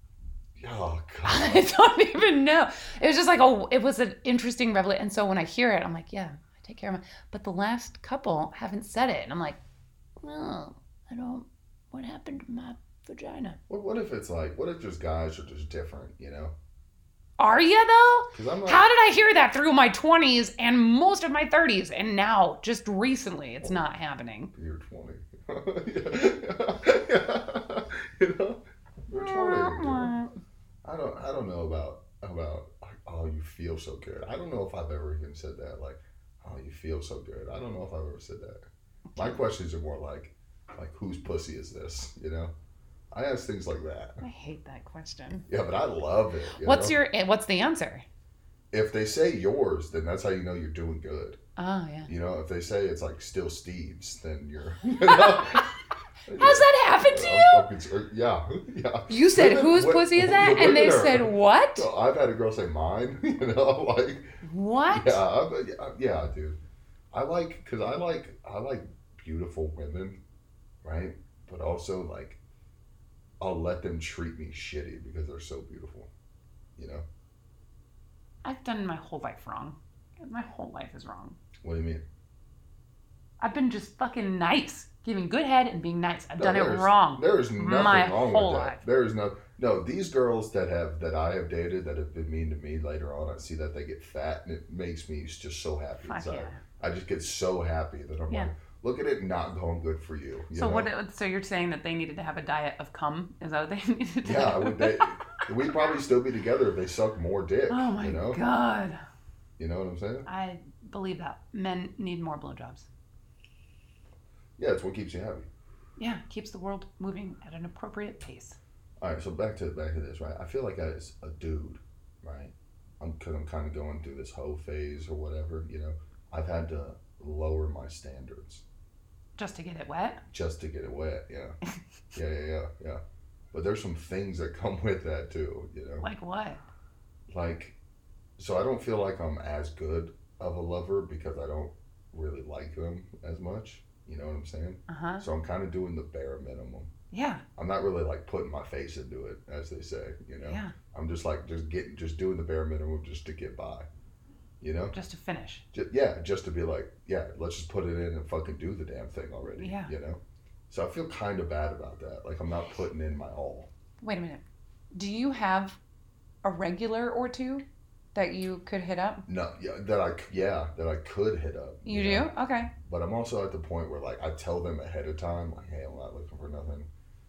Oh, God. I don't even know. It was just like a. It was an interesting revelation. And so when I hear it, I'm like, yeah, I take care of my. But the last couple haven't said it, and I'm like, no, I don't. What happened to my vagina? What, what if it's like, what if just guys are just different, you know? Are you though? Because I'm like, How did I hear that through my 20s and most of my 30s? And now, just recently, it's not happening. you're 20. yeah. You know? You're 20. dude. I don't, I don't know about, about, like, oh, you feel so good. I don't know if I've ever even said that. Like, oh, you feel so good. I don't know if I've ever said that. My questions are more like, like, whose pussy is this, you know? I ask things like that. I hate that question. Yeah, but I love it. you What's know? your eh, what's the answer? If they say yours, then that's how you know you're doing good. Oh yeah. You know, if they say it's like still Steve's, then you're. How's that happen to you? I'm fucking scared. yeah, yeah. You said Women- whose wo- pussy is that? women And they are- said what? So I've had a girl say mine. You know, like What? yeah, I'm, yeah, yeah, dude. I like because I like I like beautiful women, right? But also like, I'll let them treat me shitty because they're so beautiful. You know I've done my whole life wrong. My whole life is wrong. what do you mean? I've been just fucking nice, giving good head and being nice. I've No, done it there's- wrong. There is nothing My wrong whole with that. life. There is no no. These girls that have that I have dated that have been mean to me later on, I see that they get fat, and it makes me just so happy. Fuck inside. yeah. I just get so happy that I'm Yeah. like, look at it not going good for you. you so know? what? So you're saying that they needed to have a diet of cum? Is that what they needed? to Yeah, I have? would. They, we'd probably still be together if they sucked more dick. Oh my you know? god. You know what I'm saying? I believe that men need more blowjobs. Yeah, it's what keeps you happy. Yeah, keeps the world moving at an appropriate pace. All right, so back to back to this, right? I feel like as a dude, right? I'm because I'm kind of going through this hoe phase or whatever. You know, I've had to lower my standards Just to get it wet. just to get it wet. Yeah, yeah, yeah, yeah, yeah. But there's some things that come with that too. You know, Like what? like, so I don't feel like I'm as good of a lover because I don't really like them as much. You know what I'm saying? Uh huh. So I'm kind of doing the bare minimum. Yeah, I'm not really like putting my face into it, as they say. You know. yeah. I'm just like just getting just doing the bare minimum just to get by. You know? Just to finish. Ju- yeah, just to be like, yeah, let's just put it in and fucking do the damn thing already. Yeah. You know? So I feel kind of bad about that. Like I'm not putting in my all. Wait a minute. Do you have a regular or two that you could hit up? No, yeah, that I c- yeah, that I could hit up. You know? do? Okay. But I'm also at the point where like I tell them ahead of time like, "Hey, I'm not looking for nothing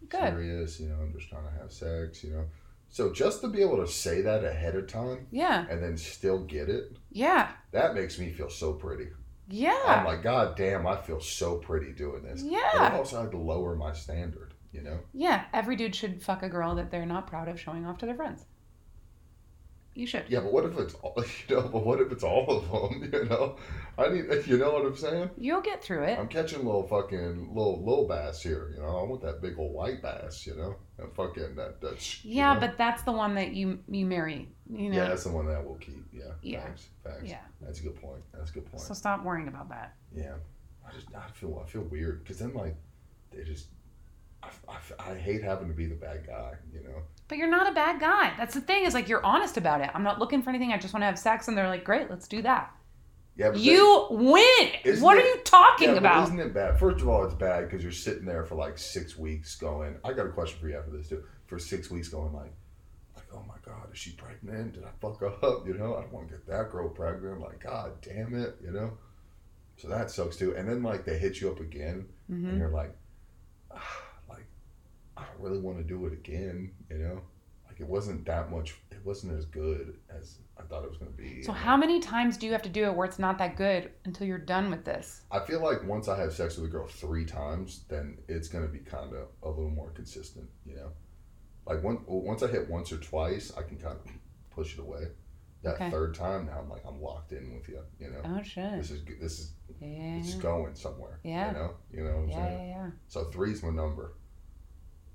Good. serious, you know, I'm just trying to have sex, you know." So just to be able to say that ahead of time Yeah. and then still get it, Yeah. that makes me feel so pretty. I'm Yeah. like, God damn, I feel so pretty doing this. But I Yeah. also had to lower my standard, you know? Yeah. Every dude should fuck a girl that they're not proud of showing off to their friends. You should. Yeah, but what if it's all, you know? But what if it's all of them? You know, I need. You know what I'm saying? You'll get through it. I'm catching little fucking little little bass here. You know, I want that big old white bass. You know, and fucking that that. sh- you yeah, know? but that's the one that you you marry. You know. yeah, that's the one that we'll keep. Yeah. Yeah. Thanks. Thanks. Yeah. That's a good point. That's a good point. So stop worrying about that. yeah. I just I feel I feel weird because then like they just I, I, I hate having to be the bad guy. You know. But you're not a bad guy. That's the thing is like you're honest about it. I'm not looking for anything. I just want to have sex, and they're like, great, let's do that. Yeah. But then- You win. Isn't what it- are you talking Yeah, but about? Isn't it bad? First of all, it's bad because you're sitting there for like six weeks going. I got a question for you after this too. For six weeks going like, like oh my god, is she pregnant? Did I fuck up? You know, I don't want to get that girl pregnant. Like god damn it, you know. So that sucks too. And then like they hit you up again, and Mhm. you're like, ah, like I don't really want to do it again, you know. Like it wasn't that much. It wasn't as good as I thought it was going to be. So you know? how many times do you have to do it where it's not that good until you're done with this? I feel like once I have sex with a girl three times, then it's gonna be kind of a little more consistent, you know. Like one, well, once I hit once or twice, I can kind of push it away. That Okay. third time, now I'm like I'm locked in with you, you know. Oh shit. This is g- this is Yeah. it's going somewhere. Yeah. You know, you know what I'm Yeah, saying. yeah, yeah. So three's my number.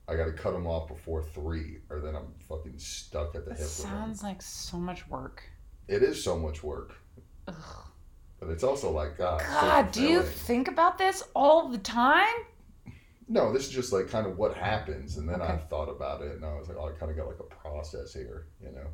I got to cut them off before three, or then I'm fucking stuck at the That hip. with 'em. sounds like so much work. It is so much work, Ugh. but it's also like God. so God, do you fulfilling. think about this all the time? No, this is just like kind of what happens, and then I Okay. thought about it, and I was like, oh, I kind of got like a process here, you know,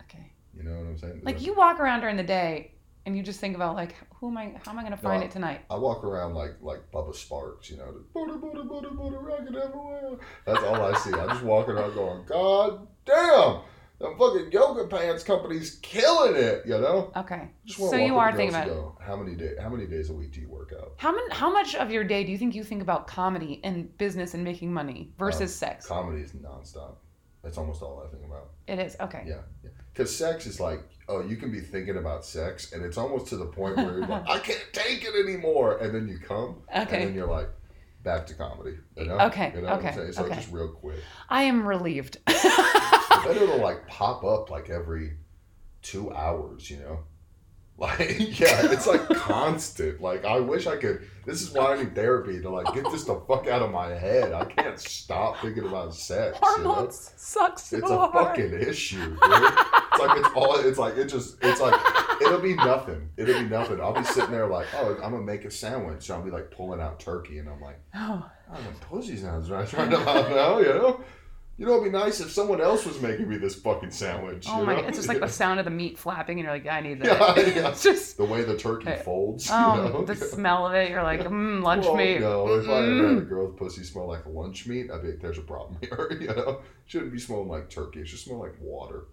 Okay. you know what I'm saying? Like you walk around during the day and you just think about like who am I how am I gonna find I- it tonight? I walk around like like Bubba Sparks, you know, the Buddha, Buddha, Buddha, Buddha, rocket everywhere. That's all I see. I'm just walking around going, God damn, them fucking yoga pants company's killing it, you know. Okay. Just wanna So walk you up are to thinking girls about and it. go, how many day, how many days a week do you work out? How many how much of your day do you think you think about comedy and business and making money versus Um, sex? Comedy is nonstop. That's almost all I think about. it is. Okay. Yeah. Because sex is like, oh, you can be thinking about sex, and it's almost to the point where you're like, I can't take it anymore. And then you come, and Okay. then you're like, back to comedy. You know? Okay, You know what okay, I'm saying? So okay. just real quick. I am relieved. Then it'll like pop up like every two hours, you know? Like, yeah, it's like constant. Like, I wish I could. This is why I need therapy to like get this the fuck out of my head. I can't stop thinking about sex. you know? Hormones suck so It's a hard. fucking issue, dude. it's like it's all. It's like it just. It's like it'll be nothing. It'll be nothing. I'll be sitting there like, oh, I'm gonna make a sandwich. So I'll be like pulling out turkey, and I'm like, Oh. oh, the pussy sounds right right about now, you know. You know, it'd be nice if someone else was making me this fucking sandwich. Oh you my know? god, it's just like the sound of the meat flapping and you're like, I need that. Yeah, yeah. It's just the way the turkey Hey. folds. um, you know? the smell of it, you're like, mmm, lunch Well, meat. Mm. No, if I ever had a Mm-mm. girl's pussy smell like lunch meat, I'd be like, there's a problem here. You know, shouldn't be smelling like turkey. It should smell like water,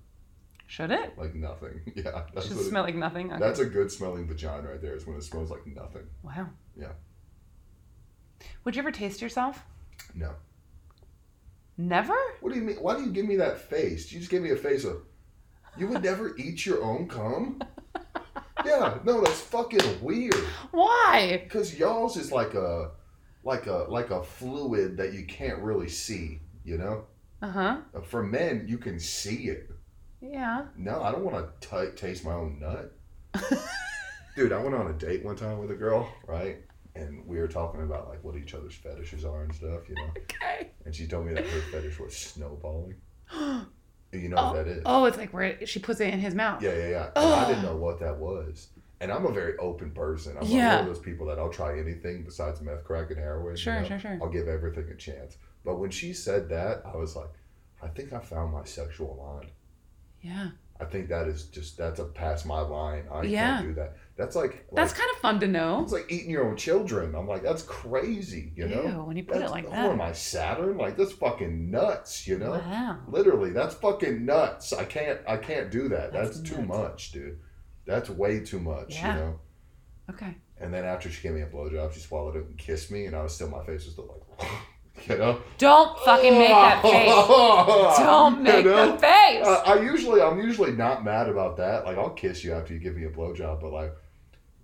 Should it? like nothing. Yeah, that's Should what it- smell like nothing? Okay. That's a good smelling vagina right there. Is when it smells like nothing. wow. Yeah. Would you ever taste yourself? No. Never? What do you mean? Why do you give me that face? You just gave me a face of. You would never eat your own cum. Yeah. No, that's fucking weird. Why? Cause y'all's is like a, like a like a fluid that you can't really see. You know. Uh huh. For men, you can see it. Yeah. No, I don't want to taste my own nut. Dude, I went on a date one time with a girl, right? And we were talking about like what each other's fetishes are and stuff, you know. Okay. And she told me that her fetish was snowballing. You know oh, what that is? oh, it's like where it- she puts it in his mouth. Yeah, yeah, yeah. And I didn't Ugh. know what that was. And I'm a very open person. I'm Yeah. like one of those people that I'll try anything besides meth, crack, and heroin. you Sure, know? sure, sure. I'll give everything a chance. But when she said that, I was like, I think I found my sexual line. Yeah. I think that is just that's a past my line. I Yeah. can't do that. That's like, like That's kind of fun to know. it's like eating your own children. I'm like, that's crazy, you know? Ew, when you put it That's- like What am that. I Saturn? Like that's fucking nuts, you know? Wow. Literally, that's fucking nuts. I can't I can't do that. That's That's, too nuts. much, dude. That's way too much, Yeah. you know. Okay. And then after she gave me a blowjob, she swallowed it and kissed me and I was still my face was still like you know? Don't fucking make that face. Don't make you know? Uh, the face. I, I usually I'm usually not mad about that. Like I'll kiss you after you give me a blowjob, but like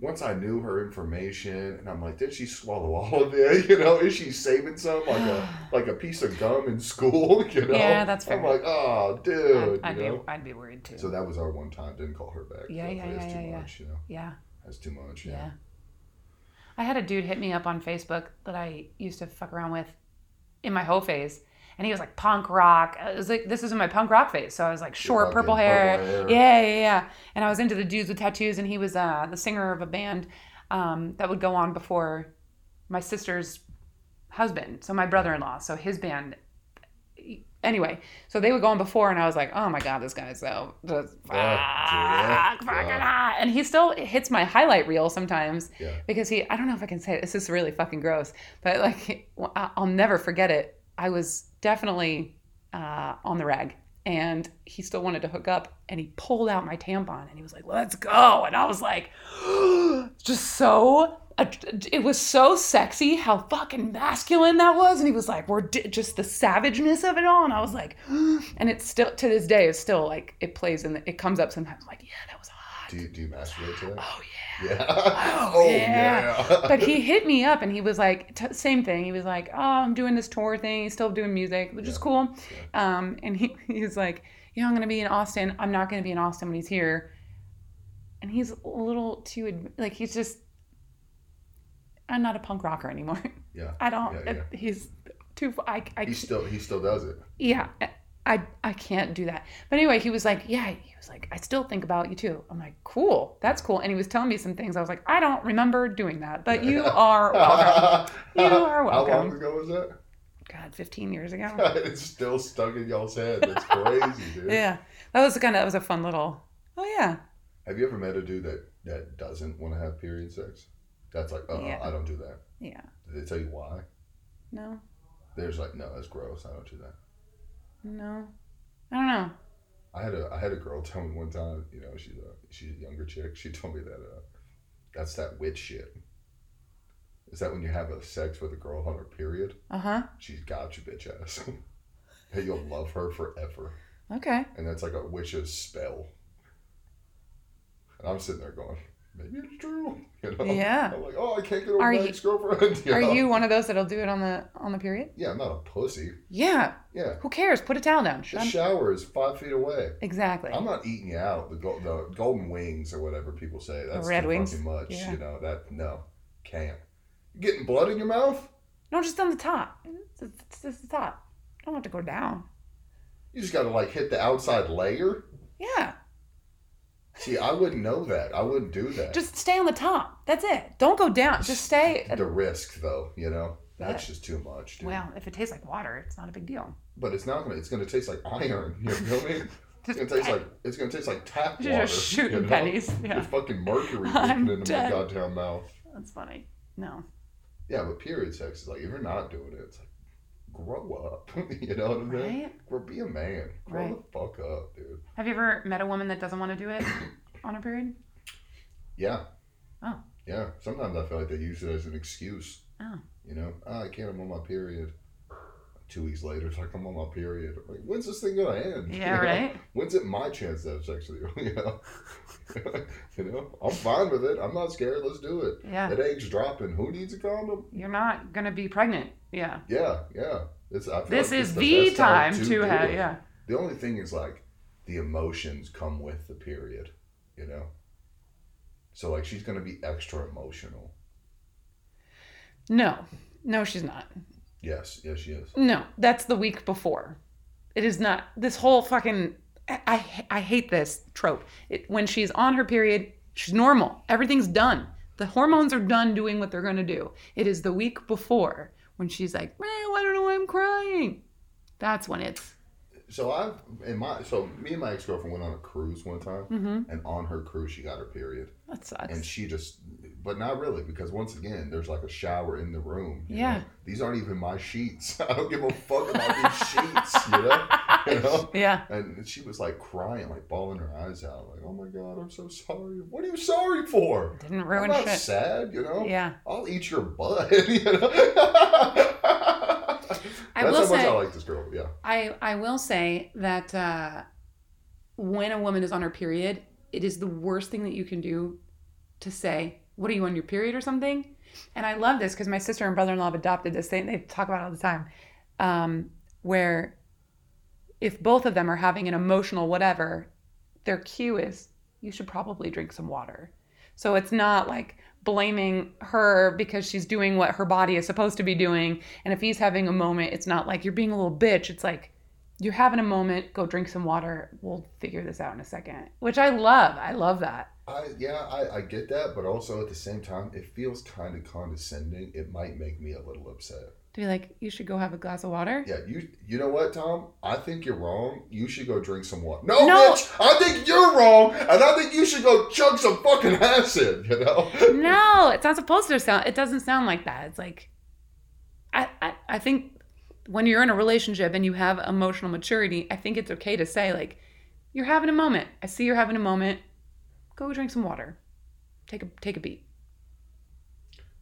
once I knew her information, and I'm like, did she swallow all of it? You know, is she saving some like a like a piece of gum in school? You know, Yeah, that's I'm fair. like, oh, dude, I'd, I'd, you know. be, I'd be worried too. So that was our one time. Didn't call her back. Yeah, yeah, That's yeah, too yeah, yeah. much. You know, yeah. that's too much. Yeah. Yeah. I had a dude hit me up on Facebook that I used to fuck around with in my whole phase. And he was like punk rock. It was like this is in my punk rock phase. So I was like short, fucking purple hair. purple hair. Yeah, yeah, yeah. And I was into the dudes with tattoos, and he was uh, the singer of a band um, that would go on before my sister's husband, so my brother-in-law, so his band. Anyway, so they would go on before, and I was like, oh my god, this guy's so just fuck, yeah, fucking yeah. hot. Ah, and he still hits my highlight reel sometimes Yeah. because he I don't know if I can say it. This is really fucking gross, but like I- I'll never forget it. I was definitely uh, on the rag, and he still wanted to hook up, and he pulled out my tampon, and he was like, "Let's go," and I was like, just so. It was so sexy how fucking masculine that was, and he was like, "We're di- just the savageness of it all," and I was like, and it's still to this day, it's still like it plays and it comes up sometimes. I'm like, yeah, that was hot. Do you, do you masturbate to that? Oh yeah. Yeah. Oh, yeah. but Uh, he hit me up and he was like, t- same thing. He was like, oh, I'm doing this tour thing. He's still doing music, which is cool. Um, and he, he was like, you know, I'm going to be in Austin. I'm not going to be in Austin when he's here. And he's a little too, ad- like, he's just, I'm not a punk rocker anymore. yeah. I don't, Yeah, yeah. he's too, I, I He still he still does it. yeah I, I can't do that but anyway he was like yeah he was like i still think about you too i'm like cool that's cool and he was telling me some things i was like i don't remember doing that but you are welcome You are How long welcome. ago was that? god 15 years ago it's still stuck in y'all's head. That's crazy, dude. yeah that was kind of that was a fun little oh yeah Have you ever met a dude that that doesn't want to have period sex? That's like, uh, Yeah. I don't do that. yeah Did they tell you why? no There's like, no, that's gross. I don't do that. no i don't know I had a I had a girl tell me one time, you know, she's a she's a younger chick. She told me that uh, that's that witch shit. Is that when you have a sex with a girl on her period? uh-huh She's got you, bitch ass. and you'll love her forever. okay And that's like a witch's spell. And I'm sitting there going, maybe it's true. You know? Yeah. I'm like, oh, I can't get over Are my you- ex girlfriend. are you one of those that'll do it on the on the period Yeah, I'm not a pussy. yeah Yeah. who cares put a towel down The I'm- shower is five feet away. exactly I'm not eating you out. The, go- the golden wings or whatever people say. That's red too wings? fucking much. Yeah. You know that? No, can't. You getting blood in your mouth? no just on the top it's, it's, it's the top i don't have to go down You just gotta like hit the outside layer. yeah See, I wouldn't know that. I wouldn't do that. Just stay on the top. That's it. Don't go down. Just stay. the risk, though, you know, that's just too much, dude. Well, if it tastes like water, it's not a big deal. But it's not gonna. It's gonna taste like iron. You know what I mean? It's gonna taste like it's gonna taste like tap You're water. just shooting you know? pennies. Yeah. There's fucking mercury I'm leaking into my dead. goddamn mouth. That's funny. No. Yeah, but period sex is like if you're not doing it, it's like grow up. you know what I'm saying? Right? Grow, be a man. Grow Right. the fuck up, dude. Have you ever met a woman that doesn't want to do it on a period? Yeah, Oh. yeah. Sometimes I feel like they use it as an excuse. Oh. You know, "Ah, I can't. I'm on my period. Two weeks later, it's like I'm on my period. I'm like, when's this thing gonna end? Yeah, You know? right? When's it my chance to have sex with you? you know, you know. I'm fine with it. I'm not scared. Let's do it. Yeah. That egg's dropping. Who needs a condom? You're not going to be pregnant. Yeah. Yeah, yeah. It's, I feel This like it's is the best time do to have, it. yeah. The only thing is like the emotions come with the period, you know? So like she's gonna be extra emotional. No. No, she's not. Yes, yes, she is. No, that's the week before. It is not this whole fucking. I I, I hate this trope. It, when she's on her period, she's normal. Everything's done. The hormones are done doing what they're gonna do. It is the week before when she's like, "Man, I don't know why I'm crying." That's when it's So I've in my so me and my ex girlfriend went on a cruise one time Mm-hmm. and on her cruise she got her period. that sucks. And she just but not really, because once again there's like a shower in the room. you Yeah. know? These aren't even my sheets. I don't give a fuck about these sheets, you know? You know? yeah, And she was like crying, like bawling her eyes out, like, "Oh my god, I'm so sorry. What are you sorry for? didn't I'm ruin not shit. sad, you know. Yeah. I'll eat your butt. you know? That's how will much I say- like this girl. Yeah, I I will say that uh, when a woman is on her period, it is the worst thing that you can do to say, What are you on your period or something? And I love this because my sister and brother in law have adopted this thing. They talk about it all the time, um, where if both of them are having an emotional whatever, their cue is you should probably drink some water. So it's not like blaming her because she's doing what her body is supposed to be doing. And if he's having a moment, it's not like you're being a little bitch. It's like you're having a moment, go drink some water. We'll figure this out in a second, which I love. I love that. I yeah, I, I get that, but also at the same time, it feels kind of condescending. It might make me a little upset. To be like, you should go have a glass of water. Yeah, you you know what, Tom? I think you're wrong. You should go drink some water. No, No. bitch, I think you're wrong, and I think you should go chug some fucking acid. You know? No, it's not supposed to sound. It doesn't sound like that. It's like, I, I, I think when you're in a relationship and you have emotional maturity, I think it's okay to say like, you're having a moment. I see you're having a moment. Go drink some water. Take a take a beat.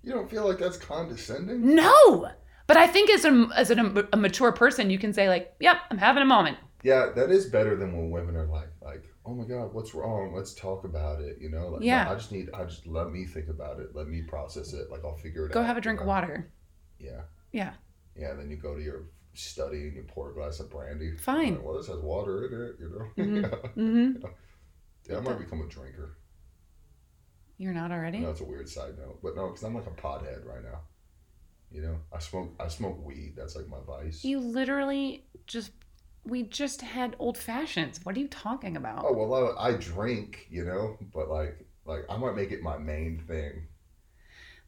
You don't feel like that's condescending? No, but I think as a as an, a mature person, you can say like, yep, I'm having a moment. Yeah, that is better than when women are like, like, oh my god, what's wrong? Let's talk about it. You know? Like, no, Yeah. I just need, I just let me think about it. Let me process it. Like I'll figure it out. Go have a you drink of know? water. Yeah, Yeah. yeah. Then you go to your study and you pour a glass of brandy. Fine. Like, well, this has water in it. You know? yeah. Mm-hmm. Yeah, I might become a drinker. You're not already. No, it's a weird side note, but no, because I'm like a pothead right now. You know, I smoke I smoke weed. That's like my vice. You literally just we just had old fashions. What are you talking about? oh well, I, I drink. You know, but like like I might make it my main thing.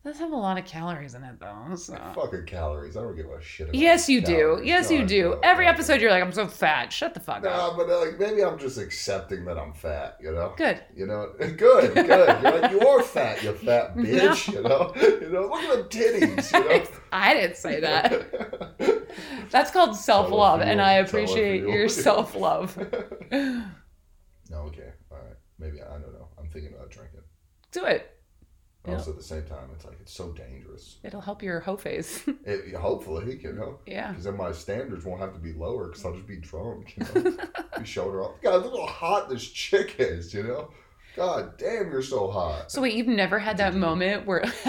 Those have a lot of calories in it though. So. Fucking calories. I don't give a shit. About Uh. Yes, you do. calories. Yes, No, you I do. don't. Every No, I episode, you're like, I'm so fat. Shut the fuck don't. up. Nah, but uh, like maybe I'm just accepting that I'm fat. You know. Good. You know, good, good. You're like, you are fat, you fat bitch. You know, you know. Look at the titties. You know. I didn't say that. That's called self love, and you. I Tell her appreciate you. your self love. No, okay, all right. Maybe I don't know. I'm thinking about drinking. Do it. But Yeah. Also, at the same time, it's like it's so dangerous. It'll help your hoe face. It, hopefully, you know, yeah. because then my standards won't have to be lower because I'll just be drunk. You know, be shoulder off. God, look how hot this chick is. You know, God damn, you're so hot. So wait, you've never had that Mm-hmm. moment where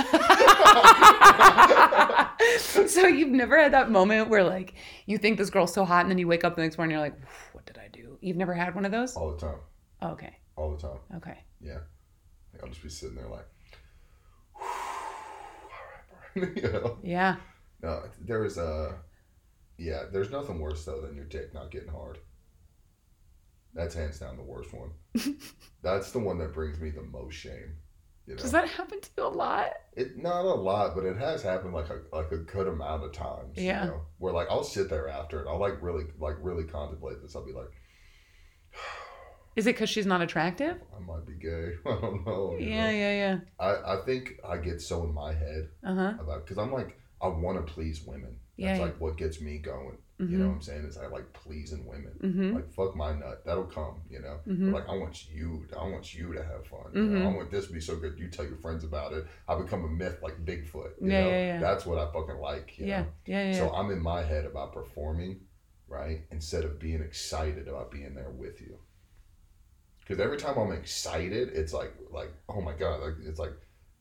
So you've never had that moment where like you think this girl's so hot and then you wake up the next morning and you're like, what did I do? You've never had one of those? All the time, Okay. all the time. Okay. Yeah, like, I'll just be sitting there like, all right, you know. Yeah. No, there is a. Yeah, there's nothing worse though than your dick not getting hard. That's hands down the worst one. That's the one that brings me the most shame. You know, Does that happen to you a lot? it not a lot, but it has happened like a like a good amount of times. Yeah. you know, where like I'll sit there after and I'll like really like really contemplate this. I'll be like, Is it because she's not attractive? I might be gay. I don't know. you Yeah, know? yeah, yeah. I I think I get so in my head Uh huh. about because I'm like I want to please women. Yeah. That's like what gets me going. You know what I'm saying? Is I like pleasing women. Mm-hmm. Like fuck my nut, that'll come, you know. Mhm. But like I want you, I want you to have fun. you know? Mhm. I want this to be so good. You tell your friends about it. I become a myth like Bigfoot. You Yeah, know? yeah, yeah. That's what I fucking like. You Yeah, Know? yeah, yeah. So I'm in my head about performing, right? Instead of being excited about being there with you. Because every time I'm excited, it's like like oh my god, like it's like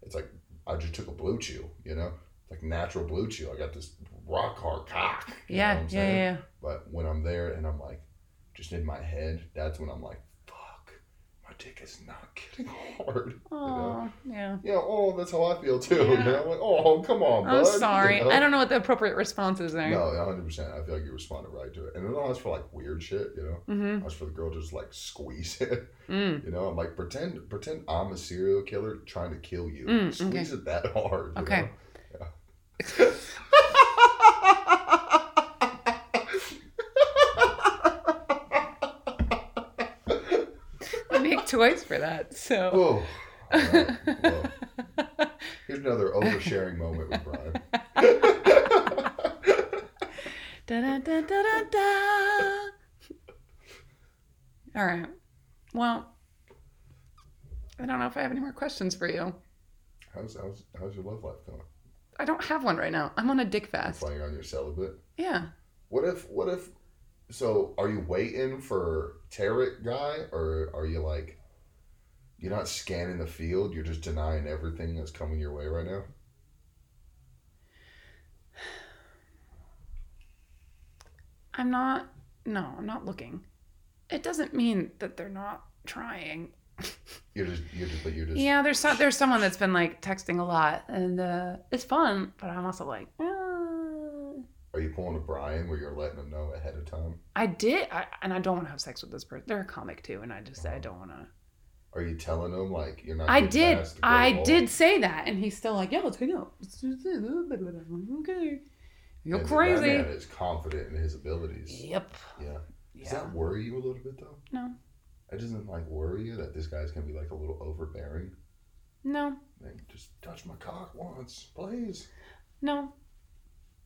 it's like I just took a blue chew, you know, like natural blue chew. I got this rock hard cock. you know yeah, what I'm yeah, saying? yeah, But when I'm there and I'm like, just in my head, that's when I'm like, fuck, my dick is not getting hard. yeah. know? Aw, yeah. Yeah, oh, that's how I feel too. You Yeah. know? Like, oh, come on, bud. I'm sorry. You know? I don't know what the appropriate response is there. No, 100. percent I feel like you responded right to it, and then I was for like weird shit, you know. Mm-hmm. I was for the girl to just like squeeze it, Mm. you know. I'm like pretend, pretend I'm a serial killer trying to kill you. Mm, squeeze it that hard. you Okay. know? I make toys for that. So Whoa. All right. Well, here's another oversharing moment with Brian. da da da da da da. All right. Well, I don't know if I have any more questions for you. How's how's how's your love life going? I don't have one right now. I'm on a dick fast. Playing on your celibate. Yeah. What if what if? So are you waiting for tarot guy, or are you like, You're not scanning the field. You're just denying everything that's coming your way right now. I'm not, no, I'm not looking. It doesn't mean that they're not trying. You're just, you're just, but you're just. Yeah, there's some, there's someone that's been like texting a lot, and uh, it's fun, but I'm also like, uh, Are you pulling a Brian where you're letting them know ahead of time? I did, I, and I don't want to have sex with this person. They're a comic too, and I just I don't want to. Are you telling them like you're not? I getting did, past the I goal? did say that, and he's still like, yeah, let's hang out. uh, Let's do this. I'm like, okay, you're And the crazy. Batman is confident in his abilities. Yep. Yeah. Yeah. Does that worry you a little bit though? No. That doesn't like worry you that this guy's gonna be like a little overbearing. No. Like, just touch my cock once, please. No.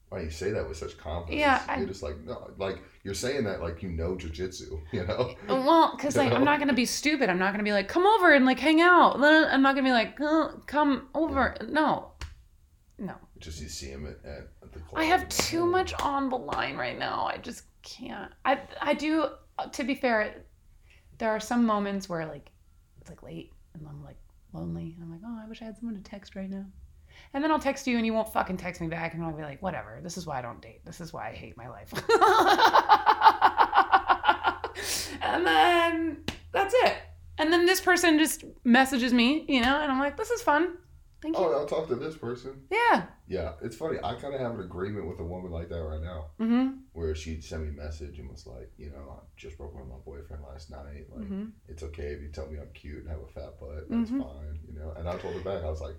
Why you say that with such confidence? Yeah, I- you're just like no, like you're saying that like you know jujitsu, you know. Well, because like I'm No. not gonna be stupid. I'm not gonna be like, come over and like hang out. I'm not gonna be like, "Uh, come over. No, no. Just you see him at, at the. Club. I have too much on the line right now. I just can't. I I do. To be fair, there are some moments where like it's like late and I'm like lonely. And I'm like, oh, I wish I had someone to text right now. And then I'll text you and you won't fucking text me back. And I'll be like, whatever. This is why I don't date. This is why I hate my life. and then that's it. And then this person just messages me, you know, and I'm like, this is fun. Thank you. Oh, I'll talk to this person. Yeah. Yeah, it's funny. I kind of have an agreement with a woman like that right now, Mm hmm. where she sent me a message and was like, you know, I just broke up with my boyfriend last night. Like, Mm hmm. it's okay if you tell me I'm cute and have a fat butt. That's Mhm. fine, you know. And I told her back, I was like,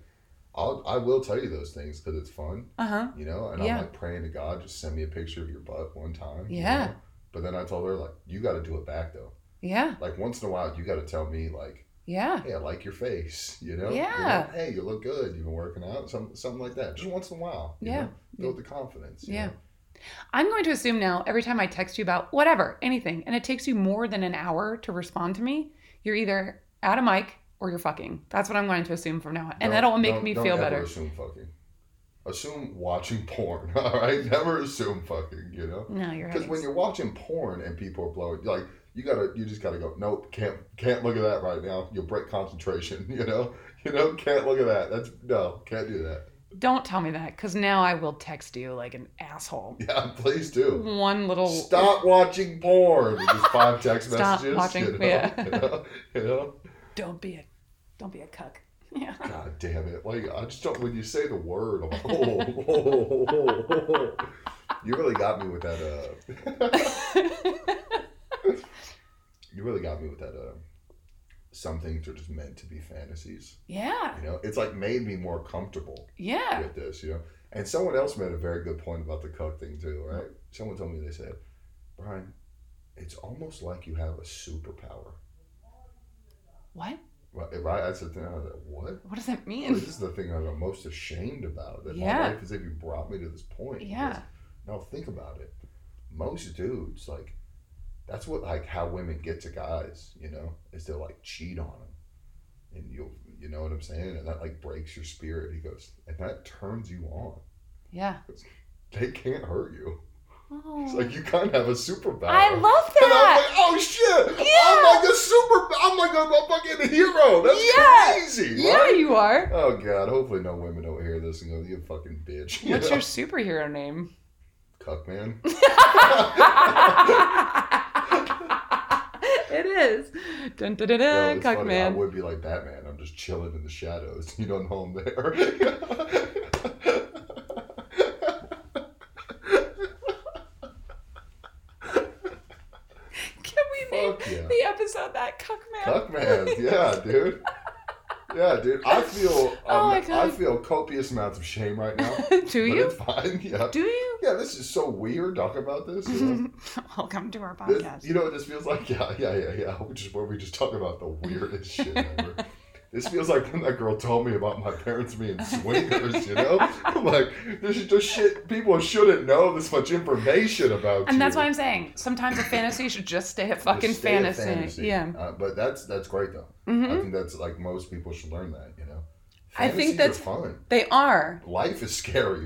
I'll, I will tell you those things because it's fun, Uh huh. you know. And Yeah. I'm like praying to God, just send me a picture of your butt one time. you Yeah. know? But then I told her like, you got to do it back though. Yeah. Like once in a while, you got to tell me like, Yeah. hey, I like your face, you know. You know, Yeah. hey, you look good. You've been working out, some something like that. Just once in a while. you Yeah. know? Build the confidence. you Yeah. know? I'm going to assume now every time I text you about whatever, anything, and it takes you more than an hour to respond to me, you're either at a mic or you're fucking. That's what I'm going to assume from now on. And Don't- that'll make don't- me don't feel ever better. Assume fucking. Assume watching porn. All right. Never assume fucking. You know. No, you're Because right. when you're watching porn and people are blowing, like you gotta, you just gotta go. Nope, can't, can't look at that right now. You'll break concentration. You know, you know, can't look at that. That's no, can't do that. Don't tell me that, because now I will text you like an asshole. Yeah, please do. One little. Stop watching porn. Just five text Stop messages. watching- You know, yeah. you know, you know? Don't be a. Don't be a cuck. Yeah. God damn it! Like I just don't. When you say the word, I'm like, oh, you really got me with that. Uh, you really got me with that. Uh, some things are just meant to be fantasies. yeah. You know, it's like made me more comfortable Yeah. with this. You know, and someone else made a very good point about the cook thing too. Right? Someone told me they said, Brian, it's almost like you have a superpower. What? Right? right? I said, "No, what? What does that Well, this mean? is the thing I'm most ashamed about. That Yeah. my life is if you brought me to this point. Yeah. Now think about it. Most dudes like that's what like how women get to guys. You know, is they'll like cheat on them, and you'll you know what I'm saying, and that like breaks your spirit. He goes, and that turns you on. Yeah. They can't hurt you. It's Oh. like you kind of have a superpower. I love And I'm that. like, oh shit! Yeah. I'm like a super. I'm like a, fucking hero. That's Yeah. crazy. Yeah, right? you are. Oh god, hopefully no women don't hear this and go, Oh, You fucking bitch. You What's know? your superhero name? cuck man? it is. Dun, dun, dun, Well, dun, it's cock funny, I man. would be like Batman. I'm just chilling in the shadows. You don't know I'm there. Can we name Fuck yeah. the episode that cock man? cuck man, yeah, dude. Yeah, dude. I feel um, Oh my God. I feel copious amounts of shame right now. Do but you? It's fine. Yeah. Do you? yeah, this is so weird talking about this. You know? Welcome to our This- podcast. you know what this feels like? Yeah, yeah, yeah, yeah. Which is where we just talk about the weirdest shit ever. This feels like when that girl told me about my parents being swingers, you know? I'm like, this is just shit people shouldn't know this much information about and that's you. why I'm saying sometimes a fantasy should just stay a Just fucking stay a fantasy. Yeah. Uh, but that's that's great though. I hmm think that's like most people should learn that, you know. I think Fantasies that's- are fun. They are. Life is scary.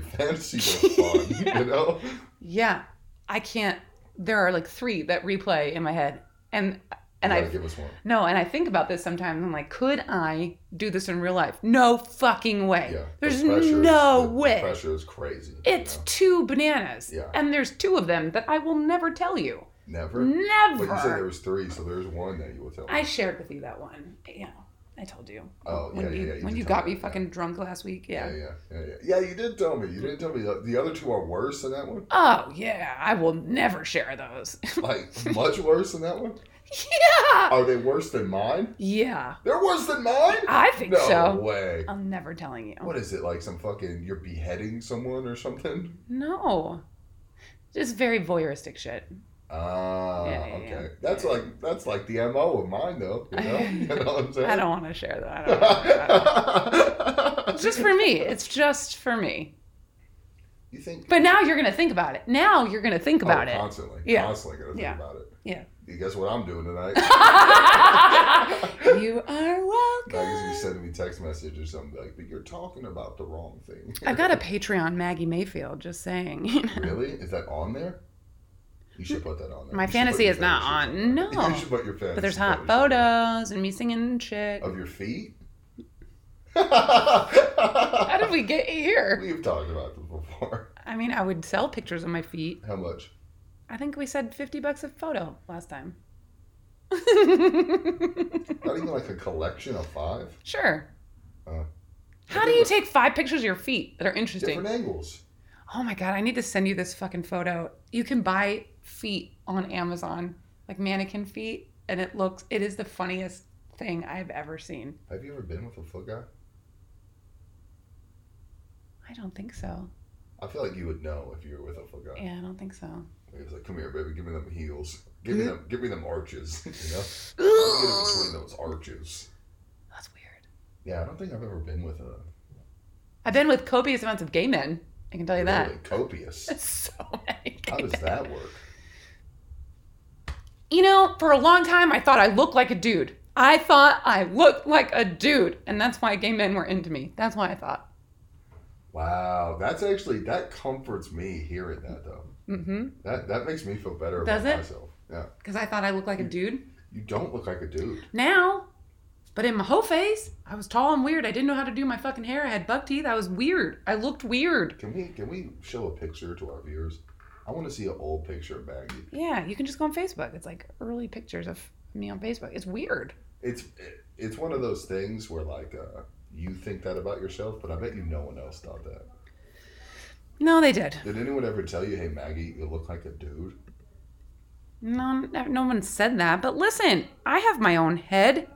Fantasies are fun, you know? Yeah. I can't. There are like three that replay in my head. And And gotta I give us one. no, and I think about this sometimes. I'm like, could I do this in real life? No fucking way. Yeah. There's the pressure is- no the- the way. pressure is crazy. you It's two bananas. Yeah. And there's two of them that I will never tell you. know? never. Never. But you said there was three, so there's one that you will tell. I shared with you that one. Yeah. I told you. Oh, yeah, when yeah, you, yeah, you when did you tell got me me that, yeah. fucking drunk last week. yeah, Yeah. yeah, yeah, yeah. Yeah, you did tell me. You didn't tell me the, the other two are worse than that one. Oh, yeah. I will never share those. Like much worse than that one. yeah. Are they worse than mine? Yeah. They're worse than mine. I think no so. way. I'm never telling you. What is it like? Some fucking you're beheading someone or something? No. Just very voyeuristic shit. Ah, Yeah, yeah, okay. yeah. That's like that's like the mo of mine though. You know, you know what I'm saying? I don't want to share that. I don't wanna share that. It's just for me. It's just for me. you think But now you're gonna think about it. Now you're gonna think oh, about it. constantly, Yeah. constantly gonna think Yeah. about it. Yeah. You guess what I'm doing tonight? you are Maggie's gonna be welcome. sending me text message or something like, but you're talking about the wrong thing. I've got a Patreon, Maggie Mayfield. Just saying. You know? really? Is that on there? You should put that on there. My You should put fantasy your is not fantasy on- there. no. You should put your fantasy. But there's hot photos on photos and me singing shit. there. of your feet. How did we get here? We've talked about this before. I mean, I would sell pictures of my feet. How much? I think we said 50 bucks a photo last time. Not even like a collection of five Sure. Uh, How do you take five pictures of your feet that are interesting? different angles. Oh my god, I need to send you this fucking photo. You can buy feet on Amazon, like mannequin feet, and it looks it is the funniest thing I've ever seen. Have you ever been with a foot guy? I don't think so. I feel like you would know if you were with a foot guy. Yeah, I don't think so. He was like, "Come here, baby. Give me them heels. Give me Mm-hmm. them. Give me them arches. You know, get in between those arches." That's weird. Yeah, I don't think I've ever been with a I've been with copious amounts of gay men. I can tell you that. really Oh. copious. So many. How gay does men. that work? You know, for a long time I thought I looked like a dude. I thought I looked like a dude, and that's why gay men were into me. That's why I thought. Wow, that's actually that comforts me hearing that though. Mhm. That that makes me feel better Does about it? myself. Yeah, Cuz I thought I looked like a dude. you don't look like a dude. now. But in my whole face, I was tall and weird. I didn't know how to do my fucking hair. I had buck teeth. I was weird. I looked weird. Can we can we show a picture to our viewers? I want to see an old picture of Maggie. Yeah, you can just go on Facebook. It's like early pictures of me on Facebook. It's weird. It's it's one of those things where like uh, you think that about yourself, but I bet you no one else thought that. No, they did. Did anyone ever tell you, "Hey Maggie, you look like a dude"? No, no one said that. But listen, I have my own head.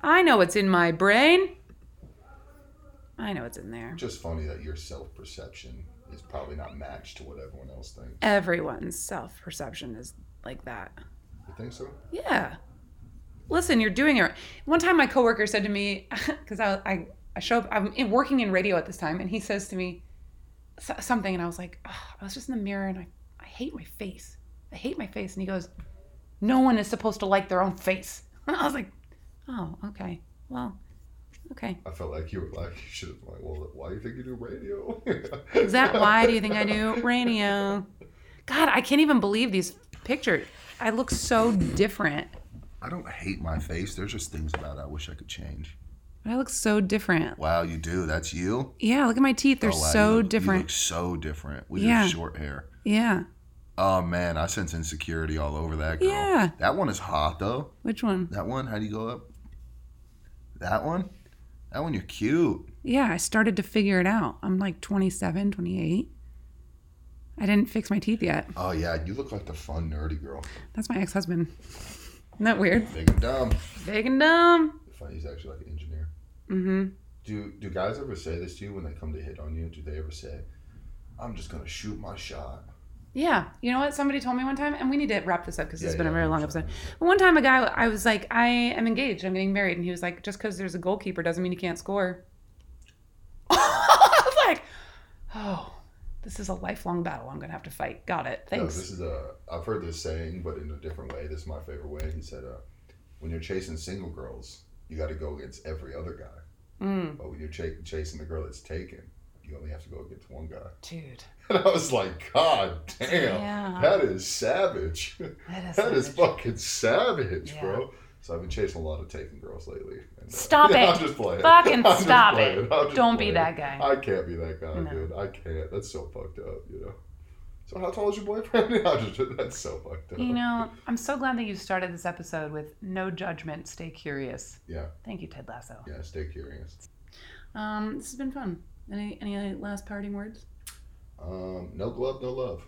I know what's in my brain. I know what's in there. Just funny that your self perception is probably not matched to what everyone else thinks. Everyone's self perception is like that. You think so? Yeah. Listen, you're doing it. right. One time, my coworker said to me, because I, I I show up, I'm in- working in radio at this time, and he says to me so- something, and I was like, "Ugh," I was just in the mirror, and I I hate my face. I hate my face. And he goes, No one is supposed to like their own face. And I was like, Oh, okay. Well, okay. I felt like you were like you should have like, well, why do you think you do radio? Is that why do you think I do radio? God, I can't even believe these pictures. I look so different. I don't hate my face. There's just things about it I wish I could change. I look so different. Wow, you do. That's you. Yeah, look at my teeth. They're Oh, wow, you so look- you different. look so different with Yeah. your short hair. yeah. Oh man, I sense insecurity all over that girl. Yeah. That one is hot though. Which one? That one, how do you go up? That one? That one you're cute. Yeah, I started to figure it out. I'm like 27, 28. I didn't fix my teeth yet. Oh yeah, you look like the fun nerdy girl. That's my ex husband. Isn't that weird? Big and dumb. Big and dumb. Fun- He's actually like an engineer. Mm-hmm. Do do guys ever say this to you when they come to hit on you? Do they ever say, I'm just gonna shoot my shot? Yeah. You know what? Somebody told me one time, and we need to wrap this up because this Yeah, has been yeah, a very I'm long sorry. episode. But one time, a guy, I was like, I am engaged. I'm getting married. And he was like, just because there's a goalkeeper doesn't mean you can't score. I was like, oh, this is a lifelong battle I'm going to have to fight. Got it. No, Thanks. Oh, this is a. I've heard this saying, but in a different way. This is my favorite way. He said, uh, "When you're chasing single girls, you got to go against every other guy. Mm. But when you're cha- chasing the girl that's taken, you only have to go against one guy." Dude. And I was like, "God damn, Yeah. that is savage. That is That is fucking savage, Yeah. bro." So I've been chasing a lot of taken girls lately. And, uh, Stop yeah, it. I'm just playing. Fucking I'm just stop playing. it. I'm just Don't be playing. that guy. I can't be that guy, No. dude. I can't. That's so fucked up, you know. So how tall is your boyfriend? I'm just, that's so fucked up. You know, I'm so glad that you started this episode with no judgment, stay curious. Yeah, Thank you, Ted Lasso. yeah. Stay curious. Um, this has been fun. Any any last parting words? Um, no glove, no love.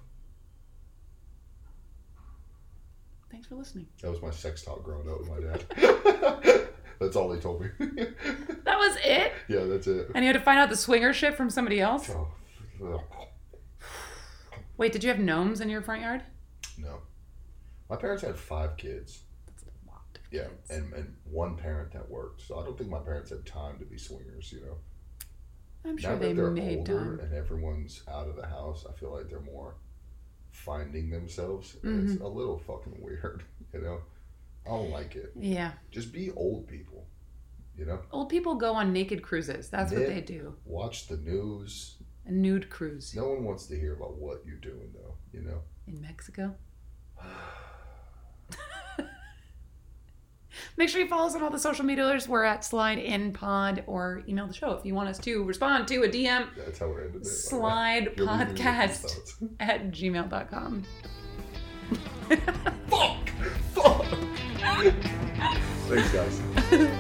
Thanks for listening. That was my sex talk growing up with my dad. that's all he told me. That was it. yeah, that's it. And you had to find out the swinger shit from somebody else. Oh, ugh. Wait, did you have gnomes in your front yard? No, my parents had five kids. That's a lot. Yeah, and, and one parent that worked. So I don't think my parents had time to be swingers. You know, I'm now sure that they they're made older time. and everyone's out of the house, I feel like they're more finding themselves. and Mm-hmm. It's a little fucking weird. You know, I don't like it. Yeah. Just be old people. You know, Old people go on naked cruises. That's what Yeah. they do. watch the news. A nude cruise No one wants to hear about what you're doing, though. You know. in Mexico. Make sure you follow us on all the social medias. We're at Slide In Pod or email the show if you want us to respond to a DM. That's how we're ending it. Slide You're leaving me with these Podcast thoughts. at gmail.com. Fuck! Fuck! Thanks, guys.